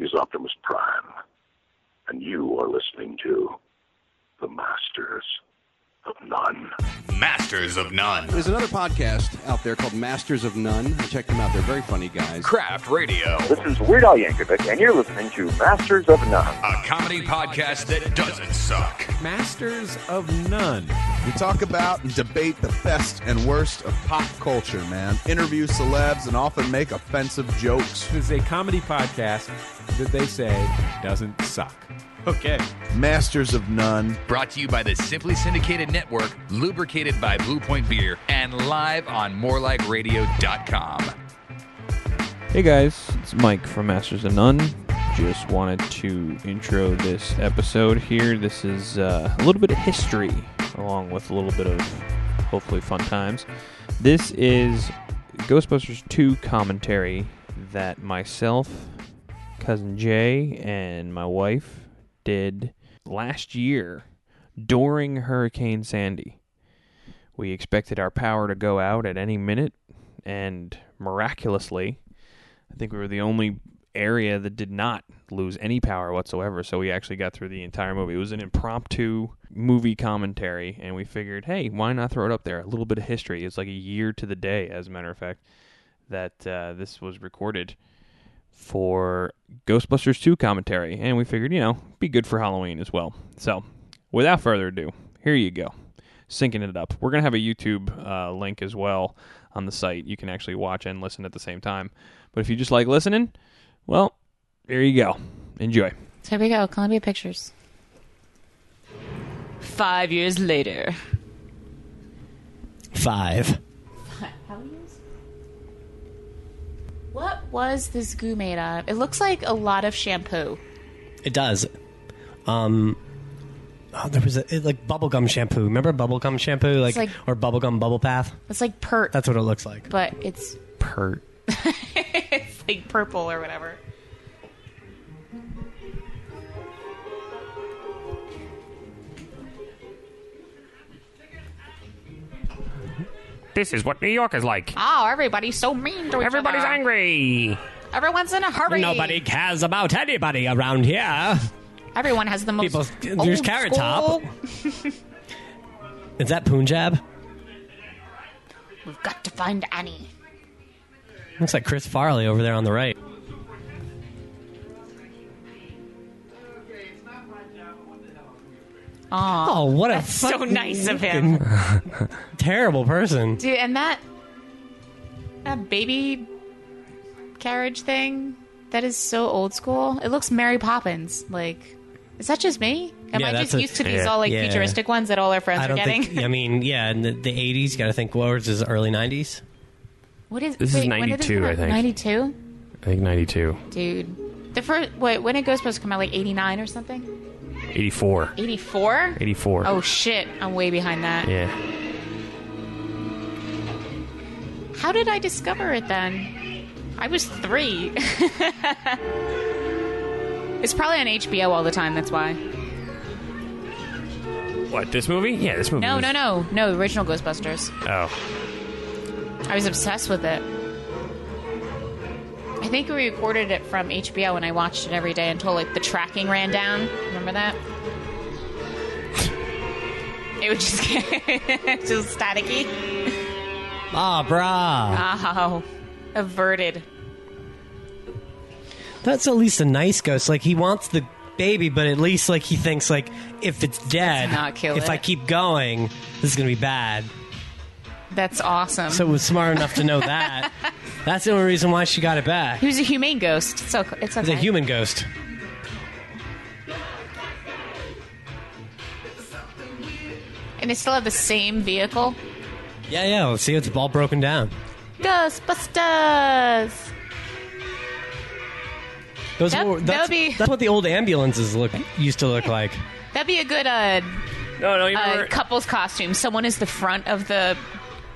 is Optimus Prime, and you are listening to The Masters of None. Masters of None. There's another podcast out there called Masters of None. Check them out. They're very funny guys. Craft Radio, This is Weird Al Yankovic, and you're listening to Masters of None. a comedy podcast that doesn't suck. Masters of None. We talk about and debate the best and worst of pop culture, man. Interview celebs and often make offensive jokes. This is a comedy podcast that they say doesn't suck. Okay. Masters of none. Brought to you by the Simply Syndicated Network, lubricated by Blue Point Beer, and live on morelikeradio.com. Hey guys, it's Mike from Masters of None. Just wanted to intro this episode here. This is uh, a little bit of history, along with a little bit of hopefully fun times. This is Ghostbusters 2 commentary that myself, cousin Jay, and my wife did last year during Hurricane Sandy. We expected our power to go out at any minute, and miraculously, I think we were the only area that did not lose any power whatsoever. So we actually got through the entire movie. It was an impromptu movie commentary, and we figured, hey, why not throw it up there? A little bit of history. It's like a year to the day, as a matter of fact, that uh, this was recorded for Ghostbusters 2 commentary. And we figured, you know, be good for Halloween as well. So without further ado, here you go. Syncing it up. We're going to have a YouTube uh, link as well on the site. You can actually watch and listen at the same time. But if you just like listening, well, there you go. Enjoy. So here we go, Columbia Pictures. Five years later. Five. How years? What was this goo made of? It looks like a lot of shampoo. It does. Um, oh, there was a, it, like bubblegum shampoo. Remember bubblegum shampoo, like, like- or bubblegum bubble bath? It's like pert, That's what it looks like. but it's Pert. it's like purple or whatever. This is what New York is like. Oh, everybody's so mean to each Everybody's other. angry. Everyone's in a hurry. Nobody cares about anybody around here. Everyone has the most. People use old carrot top. school- Is that Punjab? We've got to find Annie. Looks like Chris Farley over there on the right. Aw. Oh, what a That's so fucking nice of him. fucking terrible person. Dude, and that that baby carriage thing that is so old school. It looks Mary Poppins. Like, is that just me? Am Yeah, I that's just a- used to these yeah. all like Yeah. futuristic ones that all our friends I are don't getting? think. I mean, yeah, in the, the '80s, got to think. What was this? Early '90s? what is This is wait, when did 92, come I out? think. 92, I think 92. dude. The first wait, when did Ghostbusters come out? Like eighty nine or something? 84. Eighty four? 84. Oh shit, I'm way behind that. yeah. How did I discover it then? I was three. it's probably on HBO all the time, that's why. What, this movie? Yeah, this movie. No, was- no, no. No, the original Ghostbusters. Oh. I was obsessed with it. I think we recorded it from HBO and I watched it every day until like the tracking ran down. Remember that? It was just just staticky. Ah, brah. Oh, averted. That's at least a nice ghost. Like he wants the baby, but at least like he thinks like if it's dead, not kill if it. I keep going, this is gonna be bad. That's awesome. So it was smart enough to know that. That's the only reason why she got it back. he was a humane ghost. So it's It's okay. a human ghost. and they still have the same vehicle. Yeah, yeah. Let's see, it's all broken down. Ghostbusters. Those That- were, that's, that'll be- that's what the old ambulances look used to look like. That'd be a good uh, No, no, you uh, remember, couple's costume. Someone is the front of the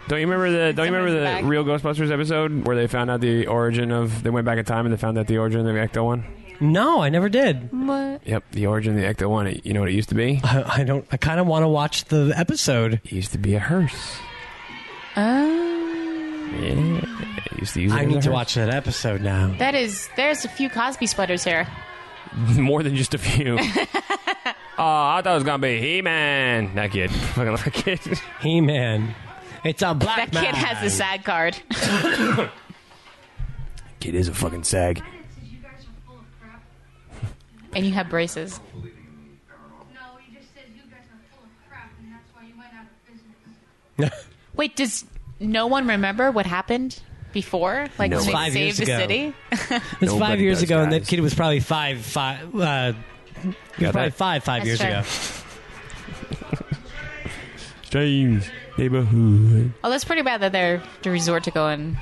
don't you remember the Oh, don't you Somebody's remember the back. real Ghostbusters episode where they found out the origin of they went back in time and they found out the origin of the Ecto one? No, I never did. Yep, the origin of the Ecto one. You know what it used to be? I, I don't. I kind of want to watch the episode. It used to be a hearse. Oh. Yeah. I used to use it I as a need to hearse. watch that episode now. That is, there's a few Cosby sweaters here. more than just a few. oh, I thought it was gonna be He Man. That kid, fucking that kid. He Man. It's a black That kid man. has a sad card. kid is a fucking sag. and you have braces. No, he just said you guys are full of crap, and that's why you went out of business. Wait, does no one remember what happened before? Like No when Five they one. saved years the ago. city? It's Nobody five years does, ago, and that guys. kid was probably five, five, uh, he was probably that- five, five years That's true. ago. Strange neighborhood. Oh, that's pretty bad that they're to resort to going.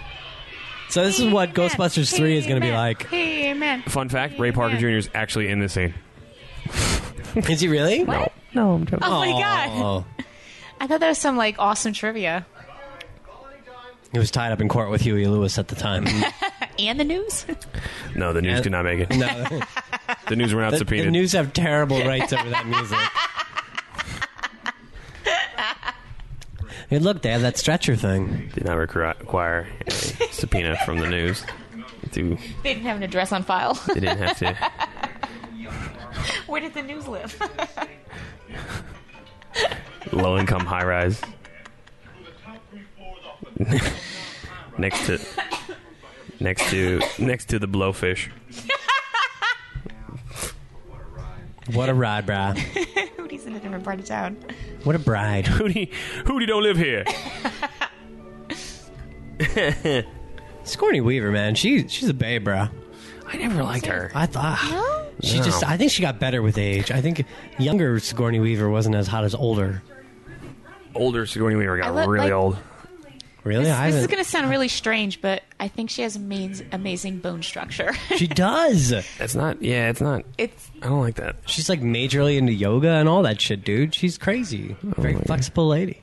So this is what Ghostbusters three is going to be like. Hey man, Fun fact: Ray Parker Jr. is actually in this scene. Is he really? What? No, I'm joking. Oh my god! I thought that was some like awesome trivia. He was tied up in court with Huey Lewis at the time. And the news? No, the news did not make it. no, The news were not the, the subpoenaed. news have terrible rights over that music. Hey, look, they have that stretcher thing. did not requ- require a subpoena from the news. To, they didn't have an address on file. they didn't have to. Where did the news live? Low income high rise. next to, next to, next to the blowfish. What a ride, brah. Who's in a different part of town? What a bride. Hootie, Hootie don't live here. Scorny Weaver, man, she she's a babe, brah. I never liked her. I thought No? she No. just. I think she got better with age. I think younger Sigourney Weaver wasn't as hot as older. Older Sigourney Weaver got I look really like- old. Really, This, I this is haven't- going to sound really strange, but I think she has amazing, amazing bone structure. she does. That's not. Yeah, it's not. it's I don't like that. She's like majorly into yoga and all that shit, dude. She's crazy. Very Oh, flexible lady.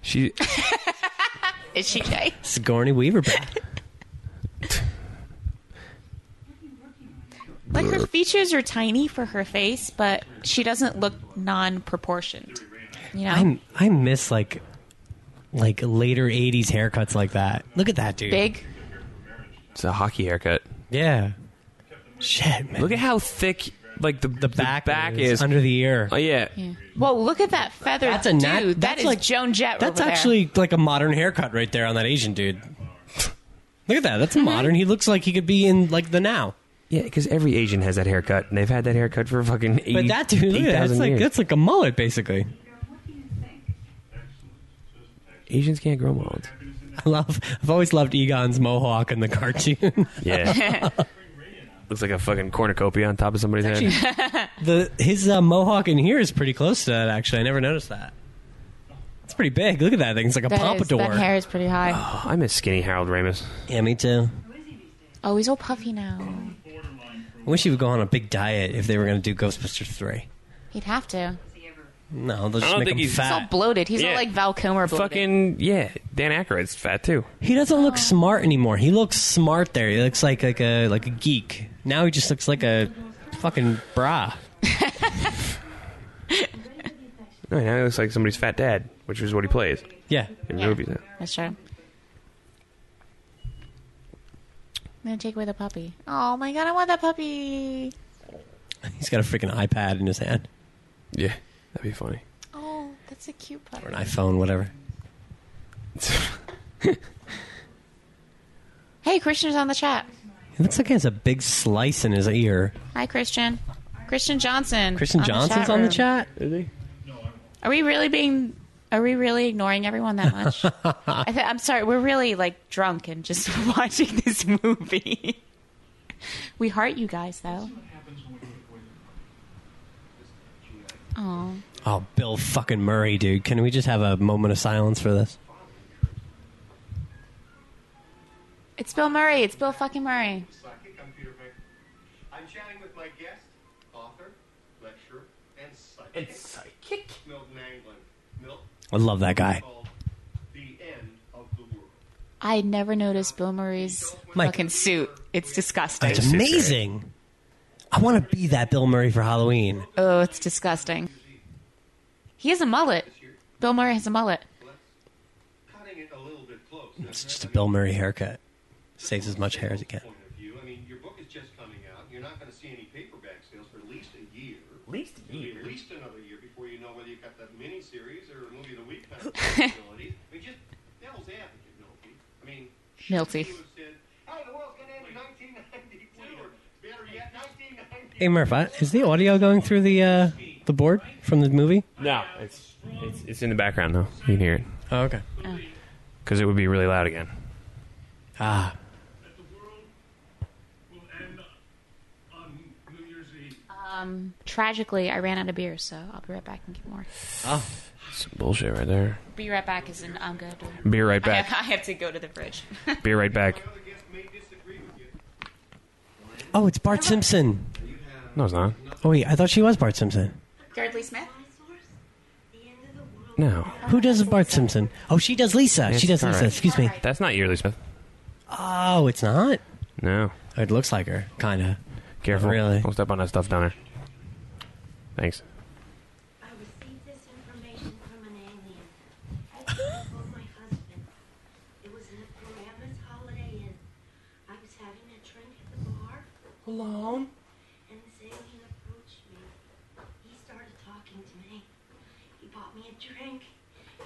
She. is she gay? Sigourney Weaver, brah. Like her features are tiny for her face, but she doesn't look non-proportioned. You know, I I miss like like later '80s haircuts like that. Look at that dude. big. It's a hockey haircut. Yeah. Shit, man. Look at how thick, like the the back, is. under the ear. oh yeah. Yeah. Well, look at that feather, That's a dude. nat- that that's is like- Joan Jett. That's over there. actually like a modern haircut right there on that Asian dude. Look at that. That's Mm-hmm. modern. He looks like he could be in like the now. Yeah, because every Asian has that haircut, and they've had that haircut for fucking eighty. But that dude, look at that. That's 8,000 like years. that's like a mullet basically. Asians can't grow mullets. I love. I've always loved Egon's mohawk in the cartoon. Yeah. Looks like a fucking cornucopia on top of somebody's head. the his uh, mohawk in here is pretty close to that. Actually, I never noticed that. It's pretty big. Look at that thing. It's like a that, is, pompadour. that hair is pretty high. Oh, I miss skinny Harold Ramis. Yeah, me too. Oh, he's all puffy now. I wish he would go on a big diet if they were going to do Ghostbusters three. He'd have to. No, they'll I just don't make think him he's- He's all fat. bloated. He's Yeah. all like Val Kilmer bloated. Fucking yeah, Dan Aykroyd's fat too. He doesn't Oh. look smart anymore. He looks smart there. He looks like like a like a geek. Now he just looks like a fucking bra. No, now Oh, he looks like somebody's fat dad, which is what he plays Yeah. in Yeah. movies. That's true. I'm gonna take away the puppy. Oh my god, I want that puppy. He's got a freaking iPad in his hand Yeah, that'd be funny. Oh, that's a cute puppy. or an iPhone, whatever. Hey, Christian's on the chat. He looks like he has a big slice in his ear. Hi, Christian. Christian Johnson. Christian on the Johnson's on the room. chat. Are we really being? Are we really ignoring everyone that much? I th- I'm sorry. We're really like drunk and just watching this movie. we heart you guys though. Oh, Oh, Bill fucking Murray, dude. Can we just have a moment of silence for this? it's Bill Murray. It's Bill fucking Murray. Psychic, I'm Peter Vink. I'm chatting with my guest, author, lecturer, and psychic. And psychic? Milton Anglin. Milton I love that guy. called The End of the World. I had never noticed Bill Murray's Mike. fucking suit. It's disgusting. It's amazing. I want to be that Bill Murray for Halloween. Oh, it's disgusting. He has a mullet. Bill Murray has a mullet. Cutting it a little bit close. It's just a Bill Murray haircut. Saves as much hair as he can. you. I mean, your book is just coming out. You're not going to see any paperback sales for at least a year. At least a year. At least another year before you know whether you've got that mini series or a movie of the week kind of possibility. I mean, just devil's advocate, Milty. I mean, Milty. you have said, "Hey, the world's going to end in 1992," or better yet, 1990. Hey Murph, I- is the audio going through the uh, the board from the movie? No, it's it's, it's in the background though. You can hear it. Oh, okay. Because it would be really loud again. Ah, Um, tragically, I ran out of beer, so I'll be right back and get more. Oh, some bullshit right there. Be right back is in I'm good. Be right back. I have, I have to go to the fridge. Be right back. oh, it's Bart Simpson. No, it's not. Oh wait, I thought she was Bart Simpson. Gertly Smith? No. Who does Bart Simpson? Oh, she does Lisa. It's she does all Lisa. right. Excuse me. That's not Yearly Smith. Oh, it's not. No. It looks like her, kind of. Careful. really. Don't step on that stuff down there. Thanks. Alone. And this alien approached me. He started talking to me. He bought me a drink.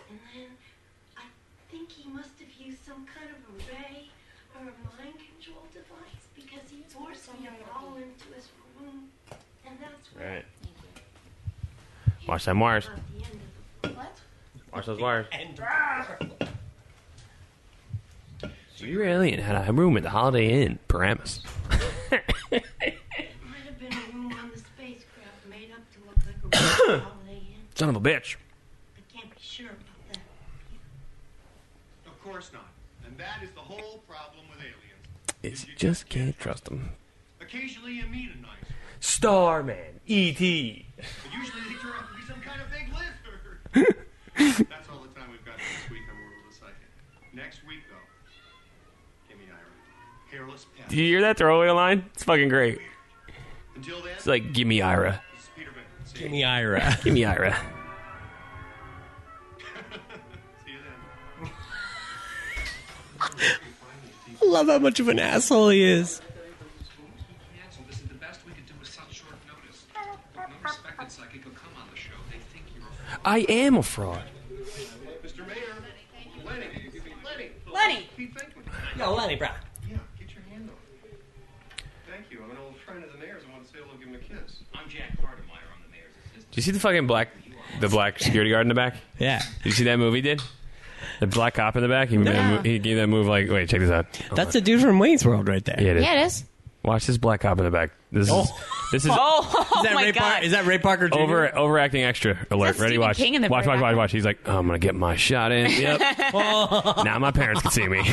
And then I think he must have used some kind of a ray or a mind control device because he forced me to follow him to his room. And that's where Right. Watch them wires. the end of the What? Watch those wires. And So you alien had a room at the Holiday Inn, Paramus. It might have been a room on the spacecraft made up to look like a room holiday inn. Son of a bitch. I can't be sure about that. Of course not. And that is the whole problem with aliens. Is you just can't trust them. Occasionally you meet a nice, Starman, E.T. but usually they turn out to be some kind of big lifter. That's all the time we've got this week on World of the Psychic. Next week, though, Kimmy Ira, hairless pet. Did you hear that throwaway line? It's fucking great. Until then, It's like, gimme Ira. this is Peter Beck. See you. Gimme Ira. Gimme Ira. See you then. I love how much of an asshole he is. canceled. This is the best we could do with such short notice. But no respected psychic will come on the show. They think you're a I am a fraud. Mr. Mayor, Lenny, Lenny, Lenny. Be thankful. Yo, Lenny, bro. Yeah, get your hand off. Thank you. I'm an old friend of the mayor's. I want to say hello, give him a kiss. I'm Jack Hardemeyer. I'm the mayor's assistant. Do you see the fucking black, the black security guard in the back? Yeah. Did you see that movie? Did the black cop in the back? He, made a mo- he gave that move like, wait, check this out. Hold That's on. a dude from Wayne's World right there. Oh, Yeah, it is. Yeah, it is. Watch this black cop in the back. This is this is Oh, Is that my Ray God. Parker? Is that Ray Parker? Jr.? over overacting extra alert. That's Ready? Stephen Watch. King in the watch. very Watch. Watch. Watch. He's like, oh, I'm gonna get my shot in. Yep. now my parents can see me.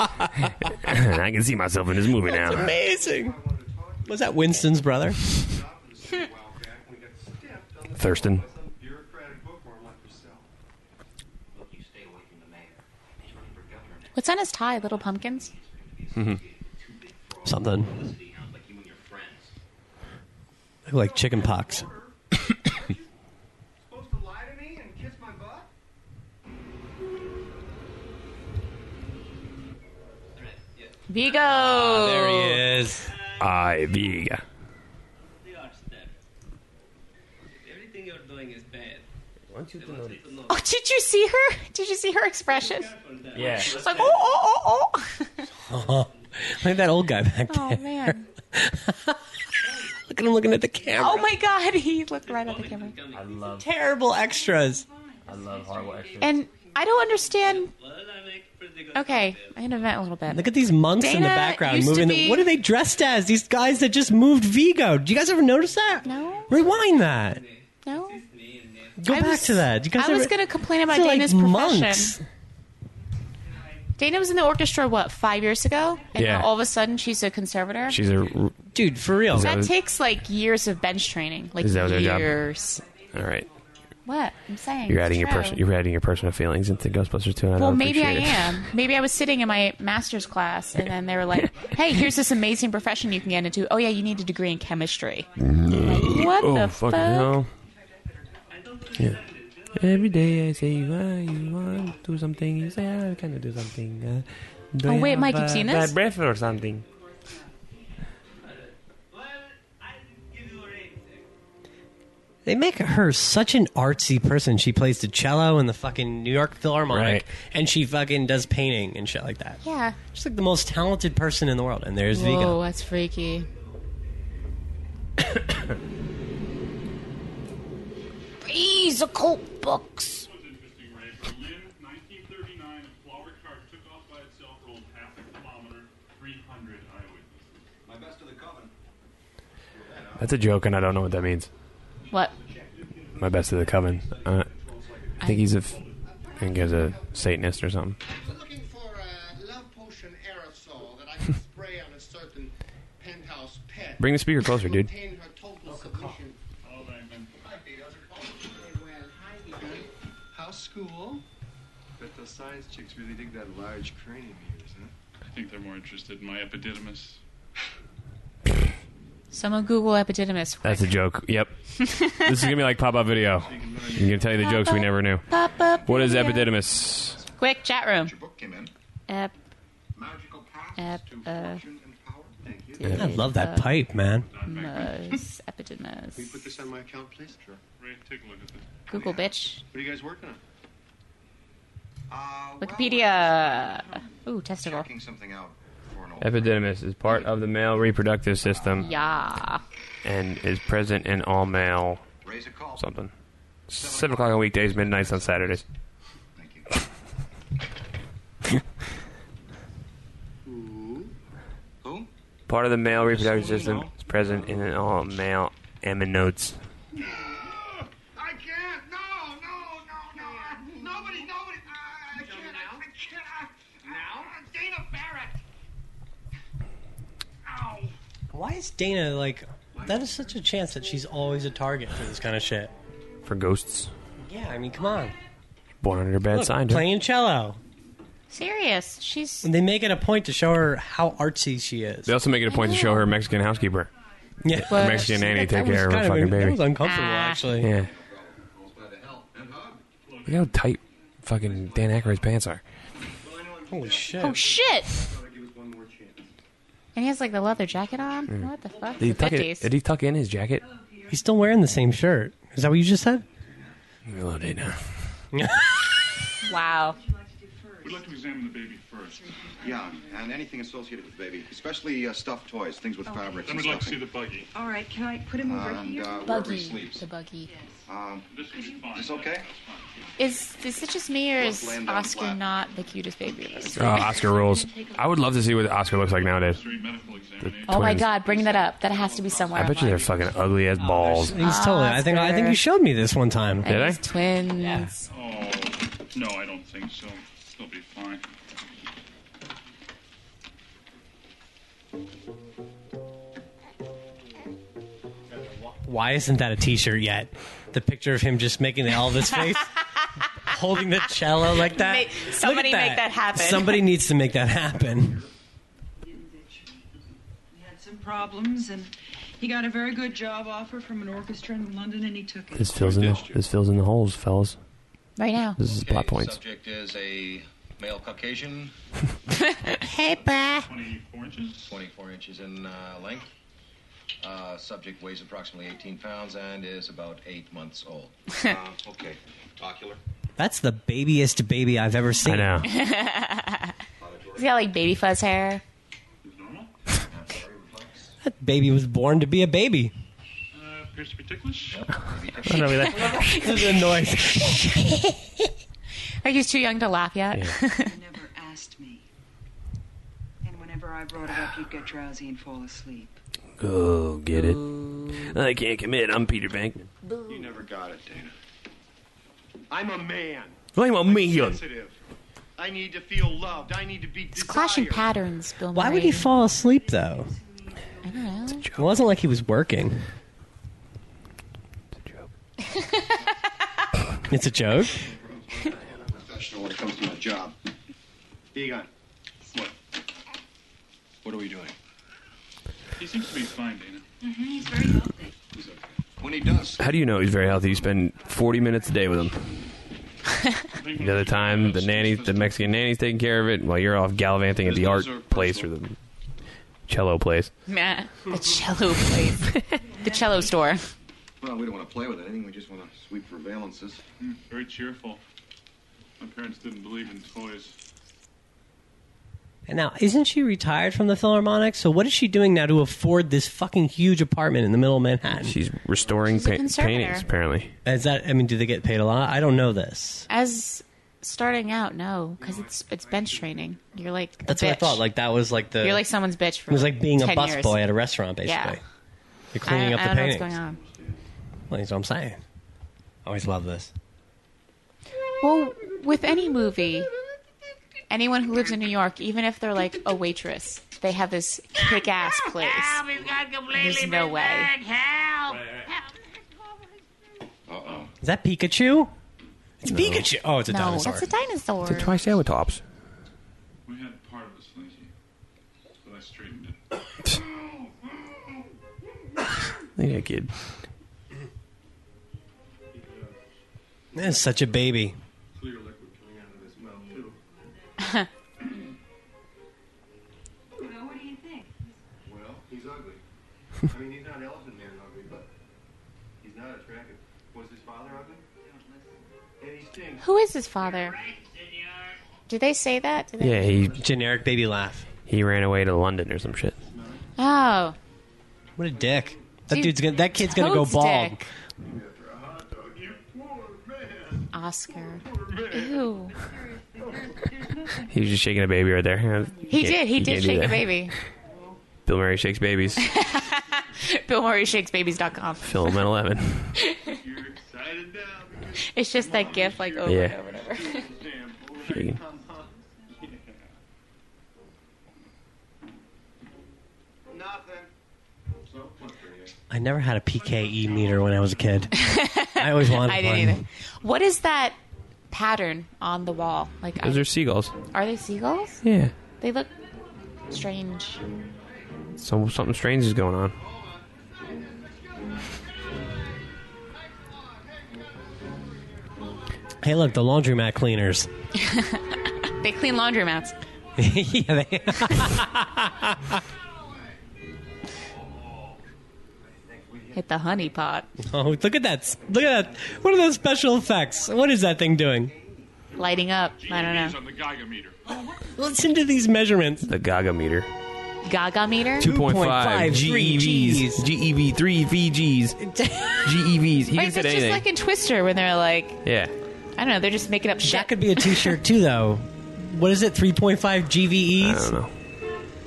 I can see myself in this movie That's now. amazing. Was that Winston's brother? Thurston. Some bureaucratic bookworm like yourself. Look, you stay away from the mayor. He's running for governor next. What's on his tie? Little pumpkins? Something. Felicity hound like you and your friends. Look like chicken pox. Supposed to lie to me and kiss my butt? Vigo. Ah, There he is. I Vega. They are stabbed. Everything you're doing is bad. Oh, did you see her? Did you see her expression? Yeah. It's like, oh, oh, oh, oh. Look at that old guy back there. Oh, man. Look at him looking at the camera. Oh, my God. He looked right at the camera. I love. Terrible extras. I love horrible extra. And I don't understand. Well, I make pretty good. Okay, I'm going to vent a little bit. Look at these monks in the Dana background used to moving. the- be- what are they dressed as? These guys that just moved Vigo. Do you guys ever notice that? No. Rewind that. No? Go I back was- to that. Do you guys I was ever- going to complain about These are Dana's like profession. monks. Dana was in the orchestra, what, five years ago? And Yeah. now all of a sudden she's a conservator? She's a. All Dude, for real. that that was- takes like years of bench training. Like Is that their job? years. right. What? I'm saying. You're it's adding your true. person. You're adding your personal feelings into Ghostbusters too. and I Well, don't maybe I appreciate it. am. Maybe I was sitting in my master's class, and then they were like, "Hey, here's this amazing profession you can get into. Oh yeah, you need a degree in chemistry. Like, what Oh the fucking fuck? hell! Every day I say, "Ah, you want to do something. You say, ah, I kind of do something. Uh, do Oh, you wait, have Mike, a you've seen bad this? breath or something. They make her such an artsy person. She plays the cello in the fucking New York Philharmonic, Right. and she fucking does painting and shit like that. Yeah. She's like the most talented person in the world. And there's Vigo. Whoa, that's freaky. He's a cult box. My best of the coven. That's a joke, and I don't know what that means. What? My best of the coven. Uh, I think he's a, f- I think he's a Satanist or something. Bring the speaker closer, dude. How's school? Bet those science chicks really dig that large cranium of yours, huh? I think they're more interested in my epididymis. Someone Google epididymis. That's a joke. Yep. this is gonna be like pop-up video. I'm gonna tell you the jokes we never knew. Pop-up What is video. epididymis? Quick chat room. Ep. Ep. Uh, I love that pipe, man. Mos. Epididymis. Can you put this on my account, please? Sure. Ray, take a look at this. Google, bitch. What are you guys working on? Wikipedia. Ooh, testicle. something out. Epididymis is part of the male reproductive system. Yeah. and is present in all male something. Seven o'clock on weekdays, midnights on Saturdays. Part of the male reproductive system is present in an all male aminotes. I can't! No, no, no, no! Nobody, nobody! I, I can't! I, I can't! I, now? Dana Barrett! Why is Dana like? That is such a chance that she's always a target for this kind of shit. For ghosts. Yeah, I mean, come on. Born under bad Look, sign. playing cello. Serious. She's. And they make it a point to show her how artsy she is. They also make it a point to show her Mexican housekeeper. Yeah. The Mexican nanny Uh, That take was care of her kind of- fucking baby. That was uncomfortable, actually. Yeah. Look how tight fucking Dan Aykroyd's pants are. Holy shit. Oh shit. And he has like the leather jacket on. Mm. Hmm. What the fuck? Did he, tuck it, 50s. did he tuck in his jacket? He's still wearing the same shirt. Is that what you just said? You're loaded now. Wow. We'd like to examine the baby first. Yeah, and anything associated with baby, especially uh, stuffed toys, things with fabric. Then we'd like to see the buggy. All right, can I put him over and, here? Uh, wherever he Buggy. sleeps. The buggy. Um, is this okay? Is is it just me or is Land on Oscar not the cutest baby I've ever seen? Oh, Oscar rules. I would love to see what Oscar looks like nowadays. The Oh my twins. god, bring that up. That has to be somewhere. I bet you they're fucking ugly as balls. He's totally. I think. I think you Ah. showed me this one time. Did I? twins. Oh, no, I don't think so. He'll be fine. Why isn't that a T-shirt yet? The picture of him just making the Elvis face, holding the cello like that. Make- Look at somebody make that happen. Somebody needs to make that happen. He had some problems, and he got a very good job offer from an orchestra in London, and he took it. This fills in the, this fills in the holes, fellas. Right now. This is plot points. Subject is a male Caucasian. hey, pa. 24 inches. 24 inches in uh, length. Uh, subject weighs approximately 18 pounds and is about eight months old. uh, okay. Ocular. That's the babyest baby I've ever seen. I He's got like baby fuzz hair. That baby was born to be a baby. Uh, appears to be ticklish. the noise. Like he's too young to laugh yet. never asked me. And whenever I brought it up, you'd get drowsy and fall asleep. Oh, get it? I can't commit. I'm Peter Bankman. You never got it, Dana. I'm a man. I'm a man. Sensitive. I need to feel loved. I need to be It's clashing patterns, Bill Murray. Why would he fall asleep though? I don't know. It wasn't like he was working. It's a joke. Professional when it comes to my job. Egon. What? What are we doing? He seems to be fine, Dana. Mm-hmm, he's very healthy. When he does. How do you know he's very healthy? You spend 40 minutes a day with him. The other time, the nanny, the Mexican nanny's taking care of it while you're off gallivanting at the art place or the cello place. Meh. The cello place. the cello store. Well, we don't want to play with anything. We just want to sweep for valences. Very cheerful. My parents didn't believe in toys. And now, isn't she retired from the Philharmonic? So what is she doing now to afford this fucking huge apartment in the middle of Manhattan? She's restoring She's a pa- conservator. paintings, apparently. Is that? I mean, do they get paid a lot? I don't know this. As starting out, no, because it's it's bench training. You're like a That's what I bitch. thought. Like that was like the. You're like someone's bitch. For it was like being a 10 years. busboy at a restaurant, basically. Yeah. You're cleaning I, up the I don't know paintings. what's going on. Well, that's what I'm saying. I always love this. Well, with any movie, anyone who lives in New York, even if they're like a waitress, they have this kick-ass place. There's no way. Uh-oh. Is that Pikachu? It's Pikachu. Oh, it's a no, dinosaur. that's a dinosaur. triceratops. We had part of a slinky, but I straightened it. Look at that kid. That's such a baby. Clear liquid coming out of his mouth, too. Well, what do you think? Well, he's ugly. I mean, he's not Elephant Man ugly, but he's not attractive. Was his father ugly? And he stinks. Who is his father? Did they say that? Did they- Yeah, he generic baby laugh. He ran away to London or some shit. Oh, What a dick. That Dude, dude's gonna. That kid's gonna go totes bald. dick. Oh, Oscar. Ew. He was just shaking a baby right there. He did. He did shake a a baby. Bill Murray shakes babies. Bill Murray shakes babies.com. Film at 11. It's just that gif, like over Yeah. and over and over. Shaking. I never had a PKE meter when I was a kid. I always wanted I one. didn't either. What is that pattern on the wall? Like, Those are seagulls. are they seagulls? Yeah. They look strange. So something strange is going on. Hey, look, the laundromat cleaners. They clean laundromats. yeah, they, Hit the honey pot. oh, look at that! Look at that! What are those special effects? What is that thing doing? Lighting up. I don't know. on the Geiger meter. Listen to these measurements. The Gaga meter. Gaga meter? 2.5 E GEVs. GEV 3 VGs. GEVs. E He Wait, can it's fit just anything. like in Twister when they're like, yeah. I don't know, they're just making up shit. That could be a T-shirt too, though. What is it? Three point five GVEs. I don't know.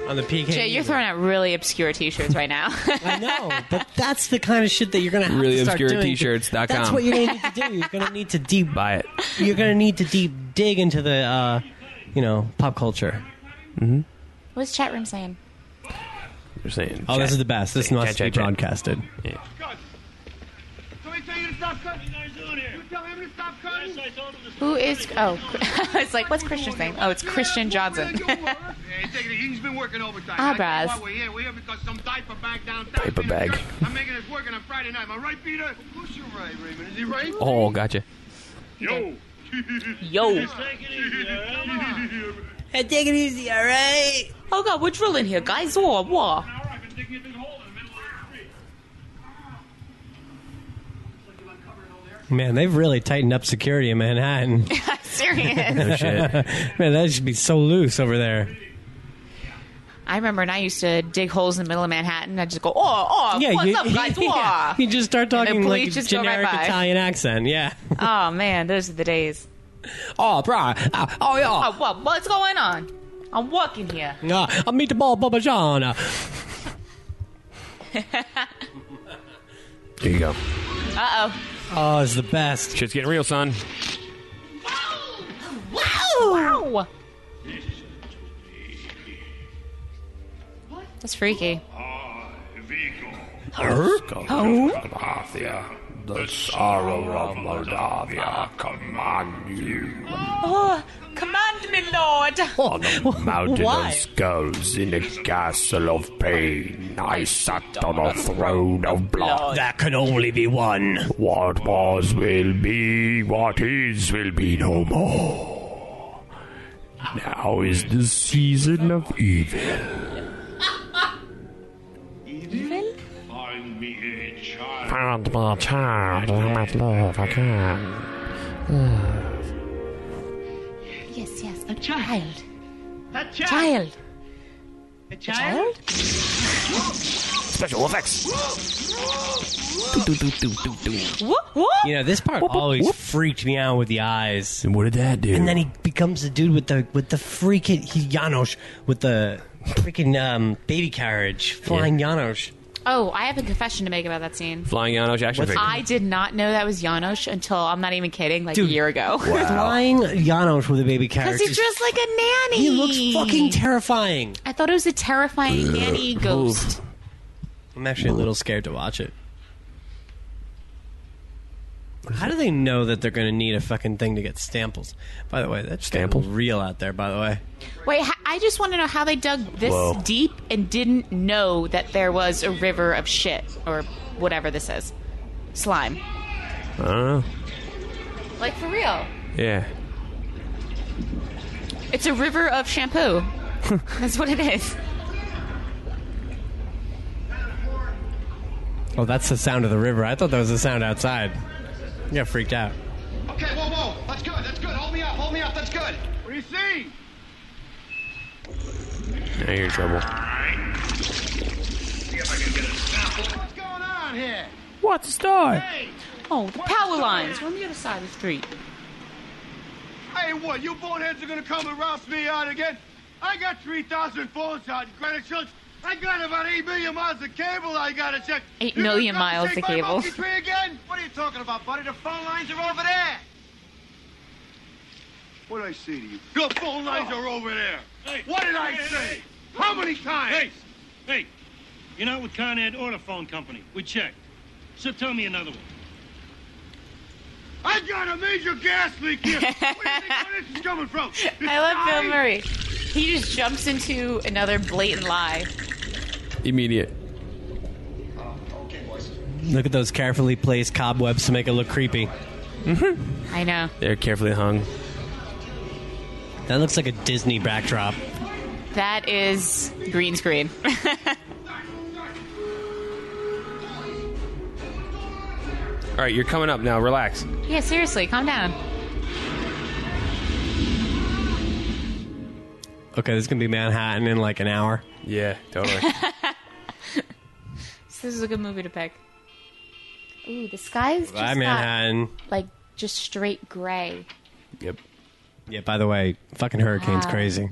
On the E PKE. Jay, you're throwing out really obscure T-shirts right now. I know, but that's the kind of shit that you're gonna have Really to start obscure doing. t-shirts.com. That's what you're gonna need to do. You're gonna need to deep buy it. You're gonna need to deep dig into the, uh, you know, pop culture. Mm-hmm. What's chat room saying? They're saying. Oh, this is the best. This must be broadcasted. Yeah. Somebody tell you to stop cutting. What are you guys doing here? You tell him to stop cutting. Yes, I told him to Who is? Oh, it's like what's Christian's name? Oh, it's Christian Johnson. Hey, take it easy. He's been working overtime. Ah, I tell you Braz. why we're here. We're here because some diaper bag downtown. Paper bag. I'm making this work on a Friday night. Am I right, Peter? Of course you're right, Raymond. Is he right? Oh, gotcha. Yo. Yo. Just take it easy, all right? Hey, take it easy, all right? Oh God, we're drilling here, guys. Oh, Or what? Man, they've really tightened up security in Manhattan. Serious. Man, that should be so loose over there. I remember when I used to dig holes in the middle of Manhattan. I'd just go, oh, oh, Yeah, what's you- up, guys? yeah. Oh. You just start And the talking like a police just go right generic by. Italian accent. Yeah. oh man, those are the days. Oh, bro. Oh, oh yeah. Oh, what, what's going on? I'm working here. Uh, I'll meet the ball, Bubba John. Uh, There you go. Uh oh. Oh, it's the best. Shit's getting real, son. Wow. That's freaky. Moldavia, the sorrow of Moldavia, command you. Oh, command me lord. mountain Why? of skulls in a castle of pain. I sat on a throne of blood. There can only be one. What was will be, what is will be no more. Now is the season of evil. Find me a child. Found my child, and I might love I can. Yes, yes, a child. A child. Child. A child? Special effects. You know, this part always freaked me out with the eyes. And what did that do? And then he becomes the dude with the with the freaking he Janosch with the freaking um, baby carriage flying Janosch. Oh, I have a confession to make about that scene. Flying Janosch action figure. I did not know that was Janosch until I'm not even kidding, like Dude. a year ago. Flying Janosch with a baby Because carriage. he's dressed like a nanny. He looks fucking terrifying. I thought it was a terrifying nanny ghost. I'm actually a little scared to watch it. How do they know that they're going to need a fucking thing to get samples? By the way, that's samples real out there. By the way, Wait, h- I just want to know how they dug this Whoa. deep and didn't know that there was a river of shit or whatever this is. Slime. I don't know. Like, for real. Yeah. It's a river of shampoo. That's what it is. oh, that's the sound of the river. I thought that was the sound outside. I got freaked out. Okay, whoa, whoa. That's good. That's good. Hold me up. Hold me up. That's good. What do you see? Now you're in trouble. See if I can get a sample. What's going on here? What's the story? Oh, the power lines. We're on the other side of the street. Hey, what? You boneheads are gonna come and rouse me out again? I got 3,000 phones out in Greenwich Village. I got about 8 million miles of cable I gotta check. Eight You gonna million come and miles shake of my cable. monkey tree again? What are you talking about, buddy? The phone lines are over there. What did I say to you? Your phone lines are over there. what did I Hey, say? hey, How many times? Hey, hey, you're not with Con Ed or the phone company. We checked. So tell me another one. I got a major gas leak here. Where do you think all this is coming from? The I love Bill sky? Murray. He just jumps into another blatant lie. Immediate. Look at those carefully placed cobwebs to make it look creepy. I know. They're carefully hung. That looks like a Disney backdrop. That is green screen. All right, you're coming up now. Relax. yeah, seriously, calm down. Okay, this is gonna be Manhattan in like an hour. Yeah, totally. So this is a good movie to pick. Ooh, the sky is just Bye, got, Manhattan. like just straight gray. Yep. Yeah. By the way, fucking hurricane's Wow. crazy.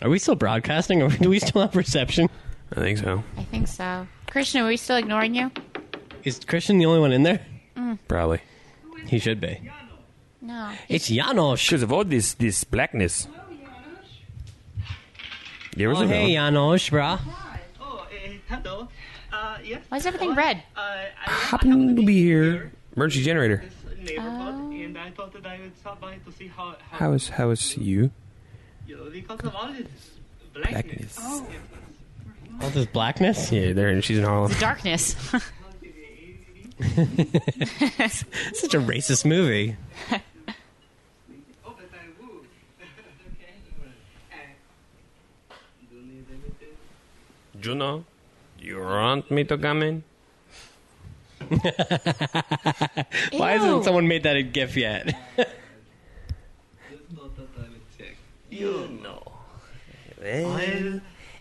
Are we still broadcasting? Or do we still have reception? I think so. I think so. Krishna, are we still ignoring you? Is Christian the only one in there? Mm. Probably. He should be. No. It's Janosch. Because of all this this blackness. There was Oh, hey, Janosch, brah. Oh, eh, Hello. Uh, yes. Why is everything red? Happen to be here. Emergency generator. Uh. Neighborhood, and I thought that I would stop by to see how. how How is how is you? You know, because of all this Blackness. blackness. Oh. All this blackness. Yeah, there and she's in Harlem. Darkness. Such a racist movie. Juno, you want me to come in? Why hasn't someone made that a gif yet? You know. Well,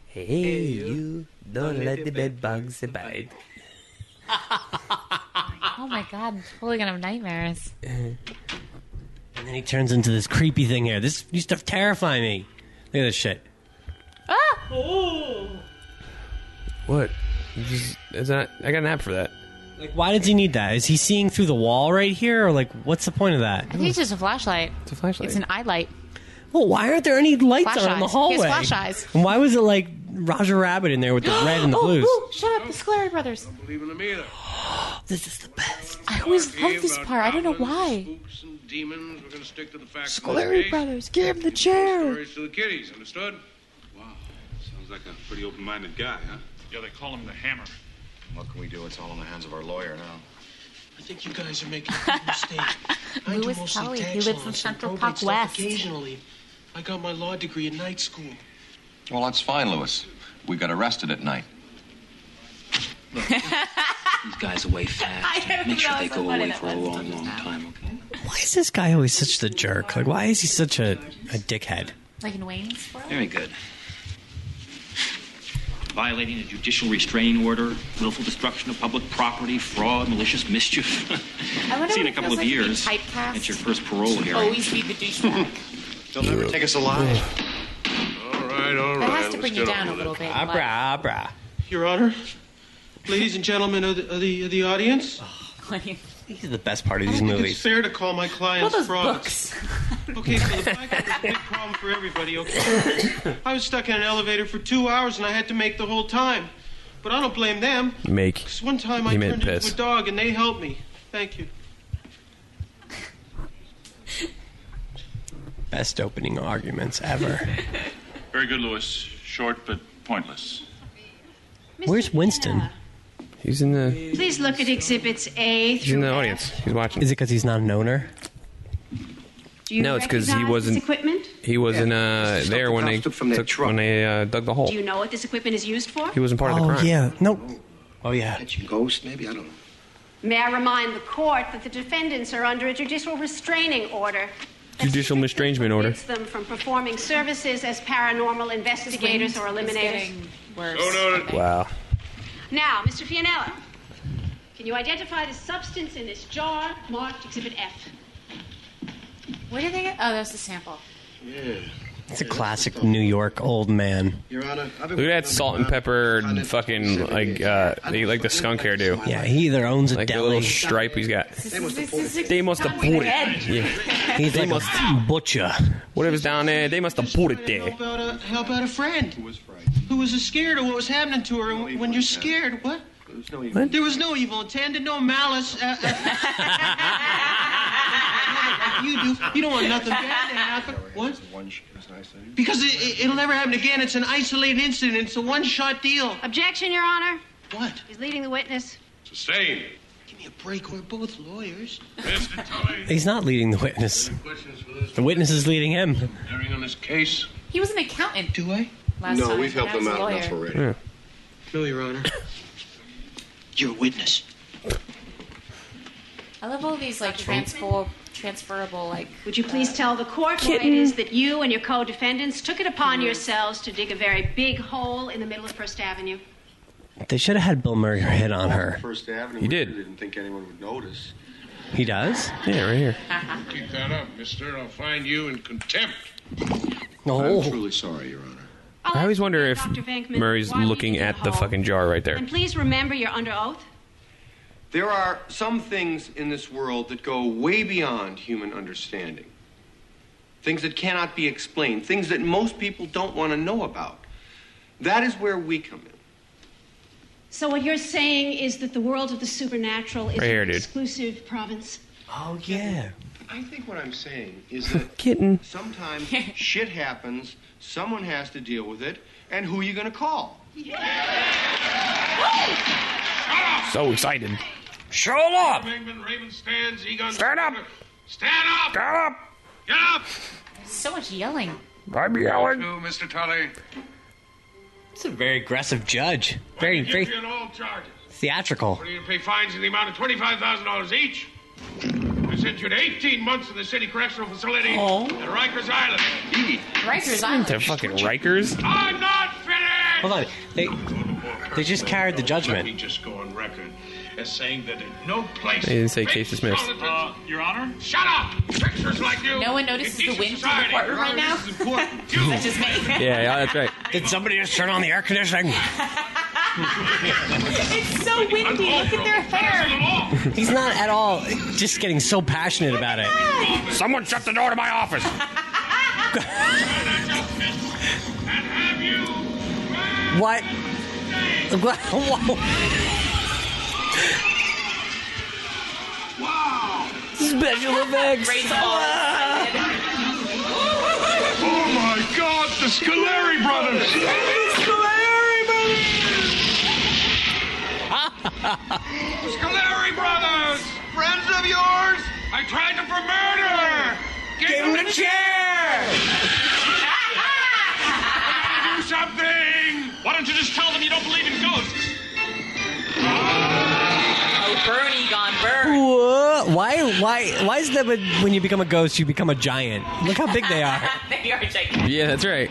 hey, you don't let the bed bugs bite. oh my god, I'm totally gonna have nightmares. and then he turns into this creepy thing here. This used to terrify me. Look at this shit. Ah! Oh. What? You Just, is that, I got an app for that. Like, why does he need that? Is he seeing through the wall right here, or like, what's the point of that? I think it's just a flashlight. It's a flashlight. It's an eye light. Well, why aren't there any lights Flash on in the eyes. He hallway? has flash eyes. And why was it like Roger Rabbit in there with the red and the oh, blues? ooh, shut up, the Scolari brothers. Believe in them either. This is the best. I always love this part. I don't know why. Demons, we're gonna stick to the facts. of this Scoleri case. Brothers, give him the chair. Stories to the kiddies, understood? Wow, sounds like a pretty open-minded guy, huh? Yeah, they call him the Hammer. What can we do? It's all in the hands of our lawyer now. I think you guys are making a big mistake. I do Louis mostly Kelly, tax he lives in laws and Central probate Park stuff West. Occasionally, I got my law degree in night school. Well, that's fine, Lewis. We got arrested at night. These guys away fast. didn't Make sure realize they how go funny away that for a was long, long time. Okay. Why is this guy always such the jerk? Like, why is he such a, a dickhead? Like in Wayne's World. Very good. Violating a judicial restraining order, willful destruction of public property, fraud, malicious mischief. I wonder See you in a what it couple feels of like being years typecast. at your first parole hearing. Always be the douchebag. They'll never take us alive. All right, all That has to bring you down a little bit. Like, Abra, abra. Your Honor, ladies and gentlemen of the, of the, of the audience, These are the best part of I these don't think movies. it's fair to call my clients All those frauds. okay, so the blackout was a big problem for everybody. Okay, I was stuck in an elevator for two hours and I had to make the whole time, but I don't blame them. Make. Because one time I He turned meant into piss. a dog and they helped me. Thank you. Best opening arguments ever. Very good, Lewis. Short but pointless. Where's Winston? He's in the Please look at exhibits A he's in through. the audience. He's watching. Is it because he's not an owner? Do you no, it's because he recognize wasn't. This equipment? He wasn't uh, there when they took when they uh, dug the hole. Do you know what this equipment is used for? He wasn't part of the oh crime. yeah, no. Oh yeah. Ghost, maybe I don't know. May I remind the court that the defendants are under a judicial restraining order Judicial mistrangement order. prevents them from performing services as paranormal investigators or eliminators. Wow. Now, Mr. Fianella, can you identify the substance in this jar marked Exhibit F? Where did they get? Oh, there's the sample. Yeah. It's a classic New York old man. Your Honor, I've Look at that salt and pepper fucking like uh, they, like the skunk hairdo. Yeah, he either owns a like the deli. little stripe he's got. They must have put it. Yeah. He's they like a must butcher. Whatever's down there, they must have put it there. How about a, how about a friend who was scared of what was happening to her? And when you're scared, what? There was no evil. What? There was no evil intended, no malice. Uh, uh, you do. You don't want nothing bad to happen. What? Because it- it, it'll never happen again. It's an isolated incident. It's a one-shot deal. Objection, Your Honor. What? He's leading the witness. Sustained. Give me a break. We're both lawyers. He's not leading the witness. The witness is leading him. Hearing on this case. He was an accountant. Do I? Last time. Now he's a lawyer. No, Your Honor. You're a witness. I love all these like transfer, transferable like. Would you please tell the court why Kitten. it is that you and your co-defendants took it upon yourselves to dig a very big hole in the middle of First Avenue? They should have had Bill Murray hit on her. First Avenue. He we did. really Didn't think anyone would notice. He does? Yeah, right here. Keep that up, mister. I'll find you in contempt. No. I'm truly sorry, Your Honor. I always wonder if Dr. Venkman, Murray's why were you looking in at the hall? fucking jar right there. And please remember you're under oath. There are some things in this world that go way beyond human understanding. Things that cannot be explained, things that most people don't want to know about. That is where we come in. So what you're saying is that the world of the supernatural is Right here, an dude. exclusive province. Oh yeah. I think what I'm saying is that Kitten. sometimes shit happens, someone has to deal with it, and who are you going to call? So excited. Show up! Raymond, Raymond stands. Egon. Stand up! Stand up! Get up! Get up! So much yelling. I'm yelling. You, Mr. Tully. It's a very aggressive judge. Very, Give very you an all charges. theatrical. We're going to pay fines in the amount of twenty-five thousand dollars each. I sent you to eighteen months in the city correctional facility Oh. Oh. at Rikers Island. Rikers They're fucking Rikers. I'm not finished. Hold on. They, they just carried the Let me judgment. just go on record as saying that in no place. They didn't say case dismissed. Uh, Your Honor? Shut up! Pictures like you. No one notices the wind through the society. courtroom right now. That's just me. that's right. Did somebody just turn on the air conditioning? it's so windy. Look at their hair. He's not at all just getting so passionate about it. Someone shut the door to my office. What? What? Special effects. Oh my God, the Scaleri brothers! Scaleri brothers! Scaleri brothers! Friends of yours? I tried them for murder! Give, them the chair! I gotta do something! Why don't you just tell them you don't believe in ghosts? Oh, Bernie gone bird. Whoa, why? Why? Why is that? When when you become a ghost, you become a giant. Look how big they are. they are gigantic. Yeah, that's right.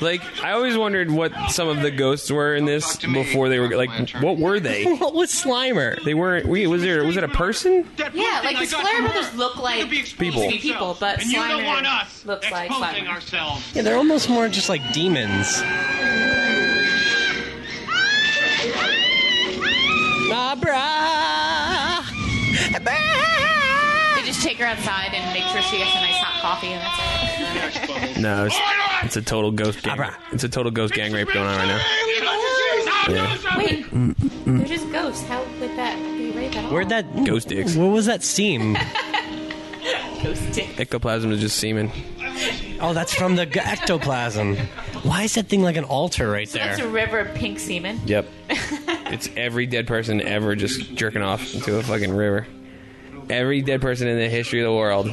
Like I always wondered what some of the ghosts were in this before they were like what were they? what was Slimer? They weren't. Wait, was there? Was it a person? Yeah, like the Slayer brothers look like exposing people, people but And you don't Slimer want us looks like exposing Slimer. ourselves. Yeah, they're almost more just like demons. They just take her outside and make sure she gets a nice hot coffee, and that's it. No, it's, it's a total ghost gang. It's a total ghost gang rape going on right now. Yeah. Wait, they're just ghosts. How would that be rape at all? Where'd that ghost dicks? Where was that seam? Ghost dick. Ectoplasm is just semen. Oh, that's from the g- ectoplasm. Why is that thing like an altar right So that's a there? river of pink semen. Yep. it's every dead person ever just jerking off into a fucking river. Every dead person in the history of the world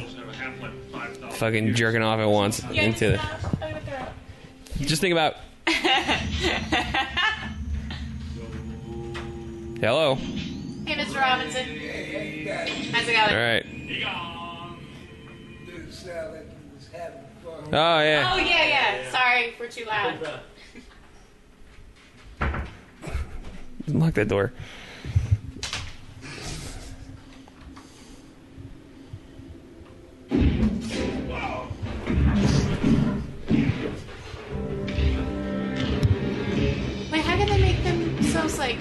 fucking jerking off at once into the. Just think about. Hello. Hey, Mr. Robinson. How's it All going? right. Oh yeah. Oh yeah, yeah. Sorry, we're too loud. Lock that door. Wait, how can they make themselves like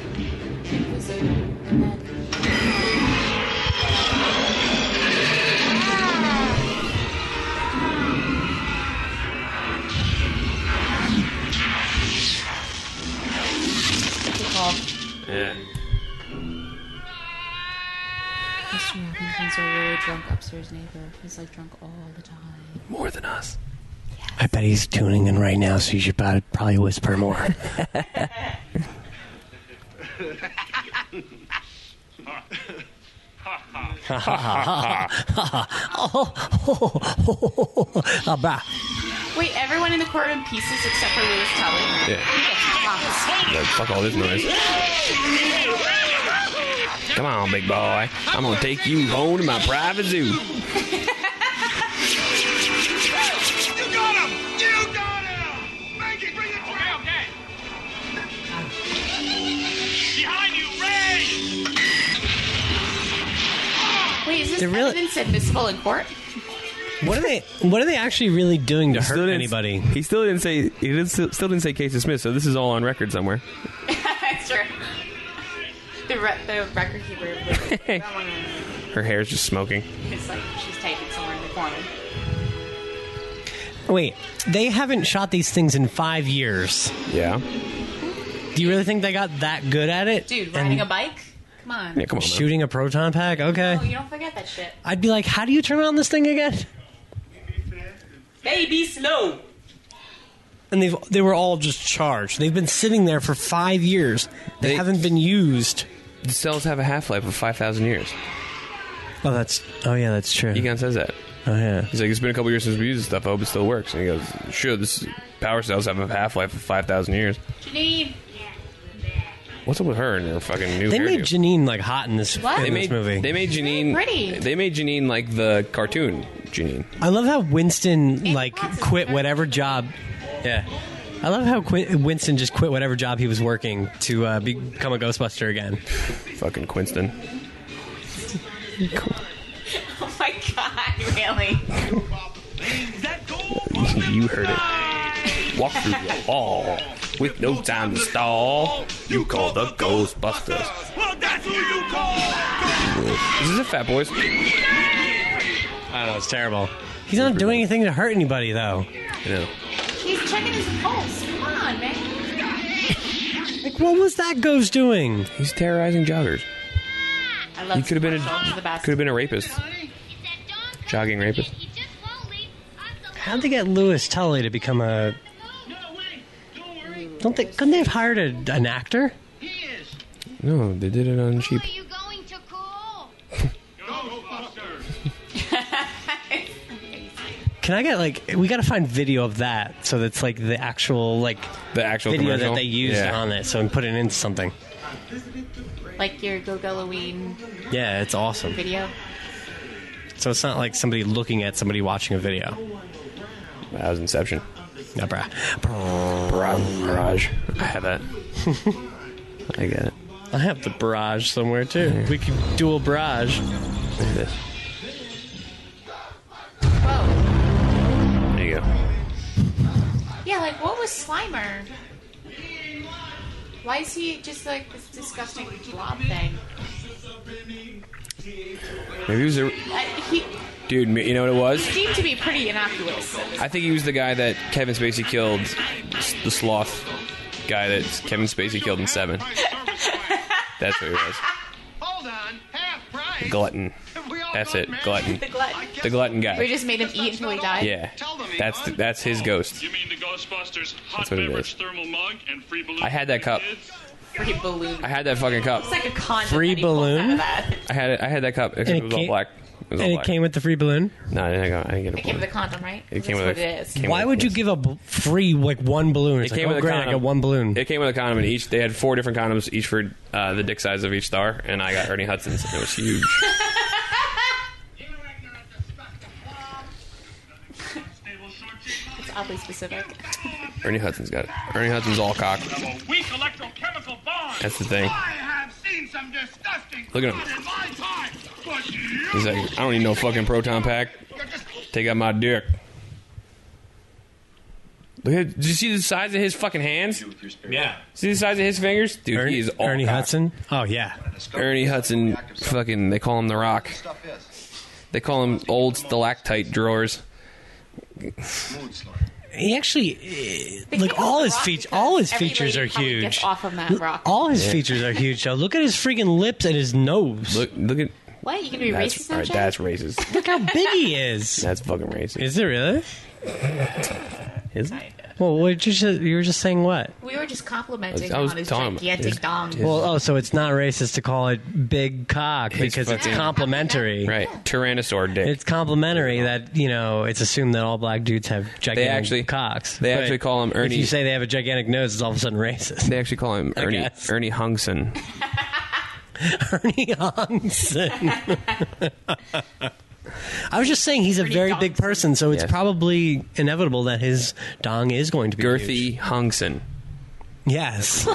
invisible? Yeah. Mr. Robinson's a really drunk upstairs neighbor. He's like drunk all the time. More than us. I bet he's tuning in right now, so you should prob- probably whisper more. Ah, bah. Wait, everyone in the courtroom pieces except for Louis Tully. Fuck all this noise. Come on, big boy. I'm gonna take you home to my private zoo. You got him! You got him! Maggie, bring the Okay, okay. Behind you, Ray! Wait, is this They're really- evidence admissible in court? What are they? What are they actually really doing to hurt didn't- anybody? He still didn't say. He didn't, still didn't say case dismissed. So this is all on record somewhere. sure. The, re- the record keeper was like, Her hair's just smoking. it's like she's typing somewhere in the corner. Wait, they haven't shot these things in five years. Yeah. Do you really think they got that good at it? Dude, And riding a bike? Come on. Shooting a proton pack? Okay. Oh, you don't forget that shit. I'd be like, how do you turn on this thing again? Baby slow. And they've they were all just charged. They've been sitting there for five years. They, haven't been used. The cells have a half life of five thousand years. Oh, that's oh yeah, that's true. Egon says that. Oh yeah. He's like, it's been a couple years since we used this stuff. I hope it still works. And he goes, sure. This power cells have a half life of five thousand years. Janine. What's up with her and her fucking new They hairdo? made Janine like hot in this, What? in They this made movie. they made Janine pretty. They made Janine like the cartoon Janine. I love how Winston like quit whatever job. Yeah. I love how Quin- Winston just quit whatever job he was working to uh, become a Ghostbuster again. Fucking Quinston. Oh my god, really? you heard it. Walk through the wall with no time to stall. You call the Ghostbusters. Is this a Fat Boys? I don't know. It's terrible. He's not doing anything to hurt anybody though. No. He's checking his pulse. Come on, man. Like, what was that ghost doing? He's terrorizing joggers. I You love could have been songs are the a best. could have been a rapist, jogging rapist. How'd they get Lewis Tully to become a? Don't they? Couldn't they have hired a, an actor? No, they did it on cheap. Can I get like? We got to find video of that so that's like the actual like the actual video commercial? that they used Yeah. on it. So and put it into something. Like your Go Halloween Yeah, it's awesome. video. So it's not like somebody looking at somebody watching a video. That was Inception. Yeah, bruh. Barrage. I have that. I get it. I have the barrage somewhere too. We could dual barrage. Look at this. There you go. Yeah, like what was Slimer? Why is he just like this disgusting blob thing? Maybe he was a I, he, dude. You know what it he was? seemed to be pretty innocuous. I think he was the guy that Kevin Spacey killed, s- the sloth guy that Kevin Spacey killed in Seven. That's what he was. The glutton. That's it. Glutton. The glutton. The glutton We guy. just made him eat until he died. Yeah. Eh, That's th- that's his ghost. Oh. You mean the Ghostbusters hot That's what it beverage is. thermal mug and free balloon? I had that cup. Free balloon. I had that fucking cup. It's like a condom. Free that he pulls balloon? Out of that. I had it. I had that cup. Except And it it was all came- black. It was all and it black. came with the free balloon. No, I didn't, go, I didn't It get a came balloon. with a condom, right? It came That's what with a- it is. came Why with- would you give a b- free like one balloon? It's It came like, with oh, a great, I condom. got one balloon. It came with a condom, and each they had four different condoms, each for uh, the dick size of each star. And I got Ernie Hudson's. and It was huge. It's oddly specific. Ernie Hudson's got it. Ernie Hudson's all cock. Weak electrochemical bond. That's the thing. I have seen some disgusting Look at him. blood in my time, but you He's like, I don't need no fucking proton pack. Take out my dick. Look at, did you see the size of his fucking hands? Yeah. See the size of his fingers, dude. Ernie- he is all Ernie cock. Hudson. Oh yeah. Ernie Hudson, fucking. They call him the Rock. They call him old stalactite drawers. He actually, eh, like all his features, all his Every features lady are probably gets huge. off of that rock. All his Yeah. features are huge. Though, look at his freaking lips and his nose. Look, look at. What? You can be That's- racist all now, right, Jay? that's racist. Look how big he is. That's fucking racist. Is it really? Is it? Well, what you just, you were just saying what? We were just complimenting I was on his telling him. gigantic dong. Well, oh, so it's not racist to call it big cock because it's fucking- complimentary. Right. Tyrannosaur dick. uh, It's complimentary that, you know, it's assumed that all black dudes have gigantic They actually cocks. They But actually call him Ernie. If you say they have a gigantic nose, it's all of a sudden racist. They actually call him I Ernie guess. Ernie Hungson. Ernie Hansen. I was just saying he's a very big person, so it's probably inevitable that his dong is going to be Girthy huge. Hungson. Yes.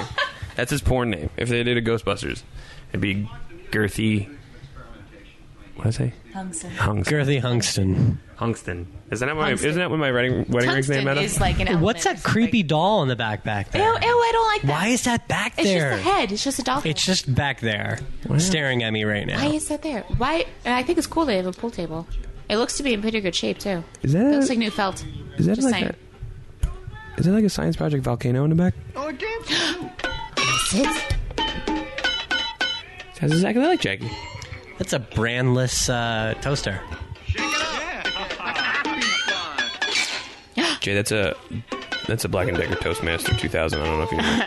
That's his porn name. If they did a Ghostbusters, it'd be Girthy. What did I say? Hungson. Hungson. Girthy Hungston. Hungston. Isn't that my? Hungston. Isn't that what my wedding wedding ring's name? Adam? is like an elephant What's that creepy doll in the back back Ew, there? ew, I don't like that. Why is that back It's there? just a head. It's just a dolphin. It's just back there, staring at me right now. Why is that there? Why? And I think it's cool they have a pool table. It looks to be in pretty good shape too. Is that It a- looks like new felt? Is that just like saying. a? Is that like a science project volcano in the back? That's exactly like Jackie. That's a brandless uh, toaster. Jay, that's a that's a Black and Decker Toastmaster 2000. I don't know if you know.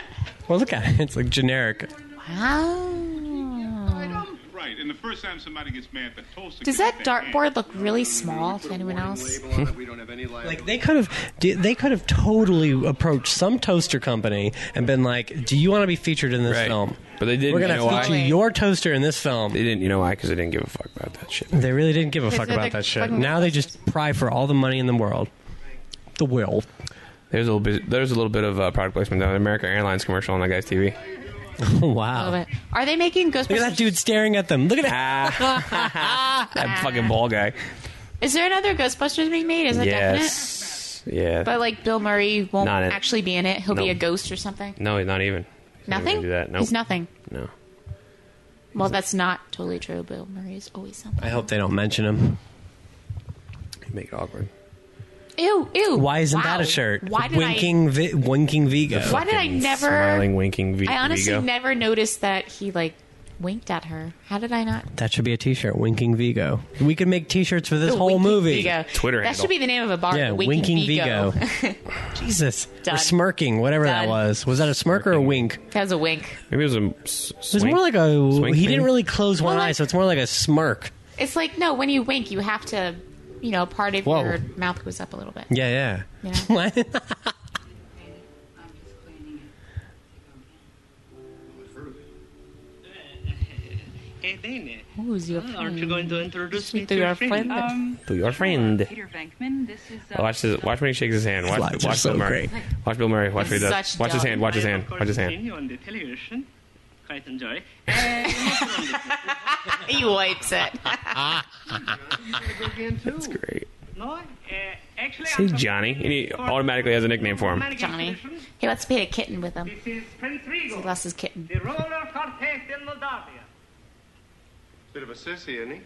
Well, look at it. It's like generic. Ah. Wow. Right, and the first time somebody gets mad, the toaster. Does that dartboard look really small to anyone else? Like they could have, they could have totally approached some toaster company and been like, "Do you want to be featured in this film?" But they didn't. We're gonna you know why? feature your toaster in this film. They didn't. You know why? Because they didn't give a fuck about that shit. They really didn't give a Because fuck they're about the that shit. fucking Now they just pry for all the money in the world. The world. There's a little bit. There's a little bit of uh, product placement down. The American Airlines commercial on that guy's TV. wow! Love it. Are they making Look at that Ghostbusters? dude staring at them. Look at that. Ah. That fucking ball guy. Is there another Ghostbusters being made? Is that yes. Yeah. definite? But like Bill Murray won't Not it. actually be in it. He'll be No. a ghost or something. no, he's not even. He's not even Nothing. gonna Do that. Nope. He's nothing. No. Well, that's not totally true. Bill Murray is always something. I hope they don't mention him. Make it awkward. Ew, ew. Why isn't Wow. that a shirt? Why did winking, vi- winking Vigo. Why did I never? Smiling, winking. V- I honestly Vigo. never noticed that he like winked at her. How did I not? That should be a T-shirt. Winking Vigo. We could make T-shirts for this whole movie. Vigo. that should be the name of a bar. Yeah, Winking, Winking Vigo. Jesus. Done. Or smirking, whatever that Done. was. Was that a smirk or a wink? that was a wink. Maybe it was a. It was more like a. Swink he thing? didn't really close one eye, so it's more like a smirk. It's like no, when you wink, you have to, you know, part of Whoa. your mouth goes up a little bit. Yeah, yeah. You know? What? Hey, Dana. Who's your friend? Aren't you going to introduce me to to your your friend? friend? Um, To your friend. Peter Venkman, this is. Uh, Watch this. Watch when he shakes his hand. Watch, Slides are watch so Bill Murray. great. Watch Bill Murray. Watch what he does. Such Watch his dumb. hand. Watch his I have, hand. of course, Watch his hand. seen you on the television. Quite enjoy. he wipes it. That's great. No, uh, actually, Say Johnny, and he automatically has a nickname for him. Johnny. He wants to paint a kitten with him. This is Prince He Regal, lost his kitten. the ruler Cortes in Moldavia. Bit of a sissy, isn't he?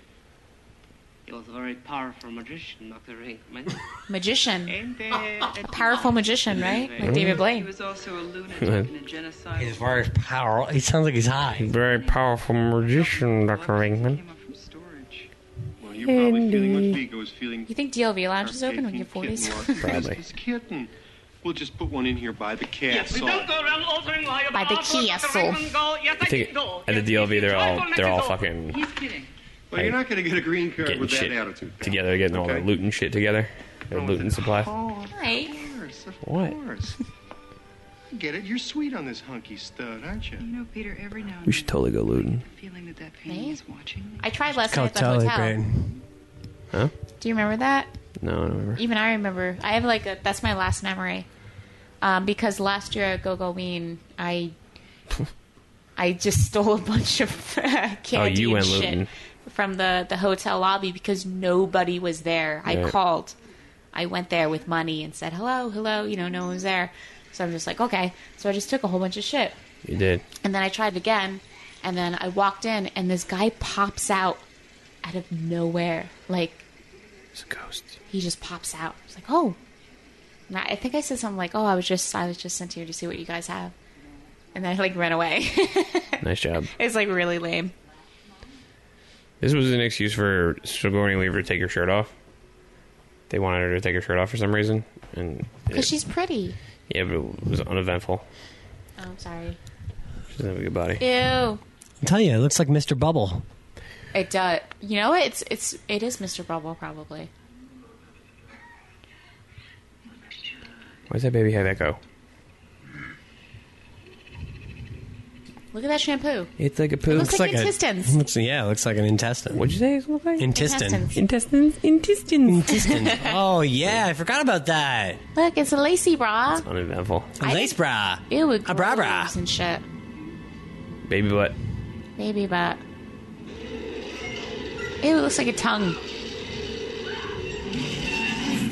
He was a very powerful magician, Dr. Rinkman. Magician. uh, A powerful magician, right? Like David He Blaine. was also a lunatic Right. and a genocidal. He's very powerful. He sounds like he's high. Very powerful magician, Dr. Ringman. Well, you're probably feeling Andy. what Vigo is feeling. You think DLV Lounge is open when you're 40s? Probably. This kitten. We'll just put one in here by the cat. Yes, we saw don't it. go around altering why By the key, yes, soul. Yes, I think at the DLV they're all they're all fucking He's kidding. Well, you're not going to get a green card getting with that shit attitude. together, getting all their loot and shit together. Their loot and supply. Right. What? I get it. You're sweet on this hunky stud, aren't you? Oh, You know, Peter, every now and We should totally go looting. feeling that that painting is watching me. I tried last night at the hotel. Huh? Do you remember that? No, I don't remember. Even I remember. I have like a that's my last memory. Um, because last year at GoGoWeen, I I just stole a bunch of uh, candy Oh, you and went shit looting. from the the hotel lobby because nobody was there. I Right. called. I went there with money and said hello, hello. You know, no one was there. So I'm just like, okay. So I just took a whole bunch of shit. You did. And then I tried again, and then I walked in, and this guy pops out out of nowhere. Like, it's a ghost. He just pops out. It's like, oh. And I, I think I said something like, oh, I was just, I was just sent here to see what you guys have, and then I like ran away. Nice job. it's like really lame. This was an excuse for Sigourney Weaver to take her shirt off. They wanted her to take her shirt off for some reason, and Cause she's pretty. yeah, but it was uneventful. Oh, I'm sorry. She doesn't have a good body. Ew. I'm telling you, it looks like Mr. Bubble. It does. You know, it's it's it is Mr. Bubble probably. Why does that baby have echo? Look at that shampoo. It's like a poo. It looks like intestines. A, looks, yeah, it looks like an intestine. What'd you say it looked like? Intestine. Intestines. Intestines. Intestines. oh, yeah, I forgot about that. Look, it's a lacy bra. Uneventful. A I lace bra. Ew, it A bra bra. grows and shit. Baby butt. Baby butt. Ew, it looks like a tongue.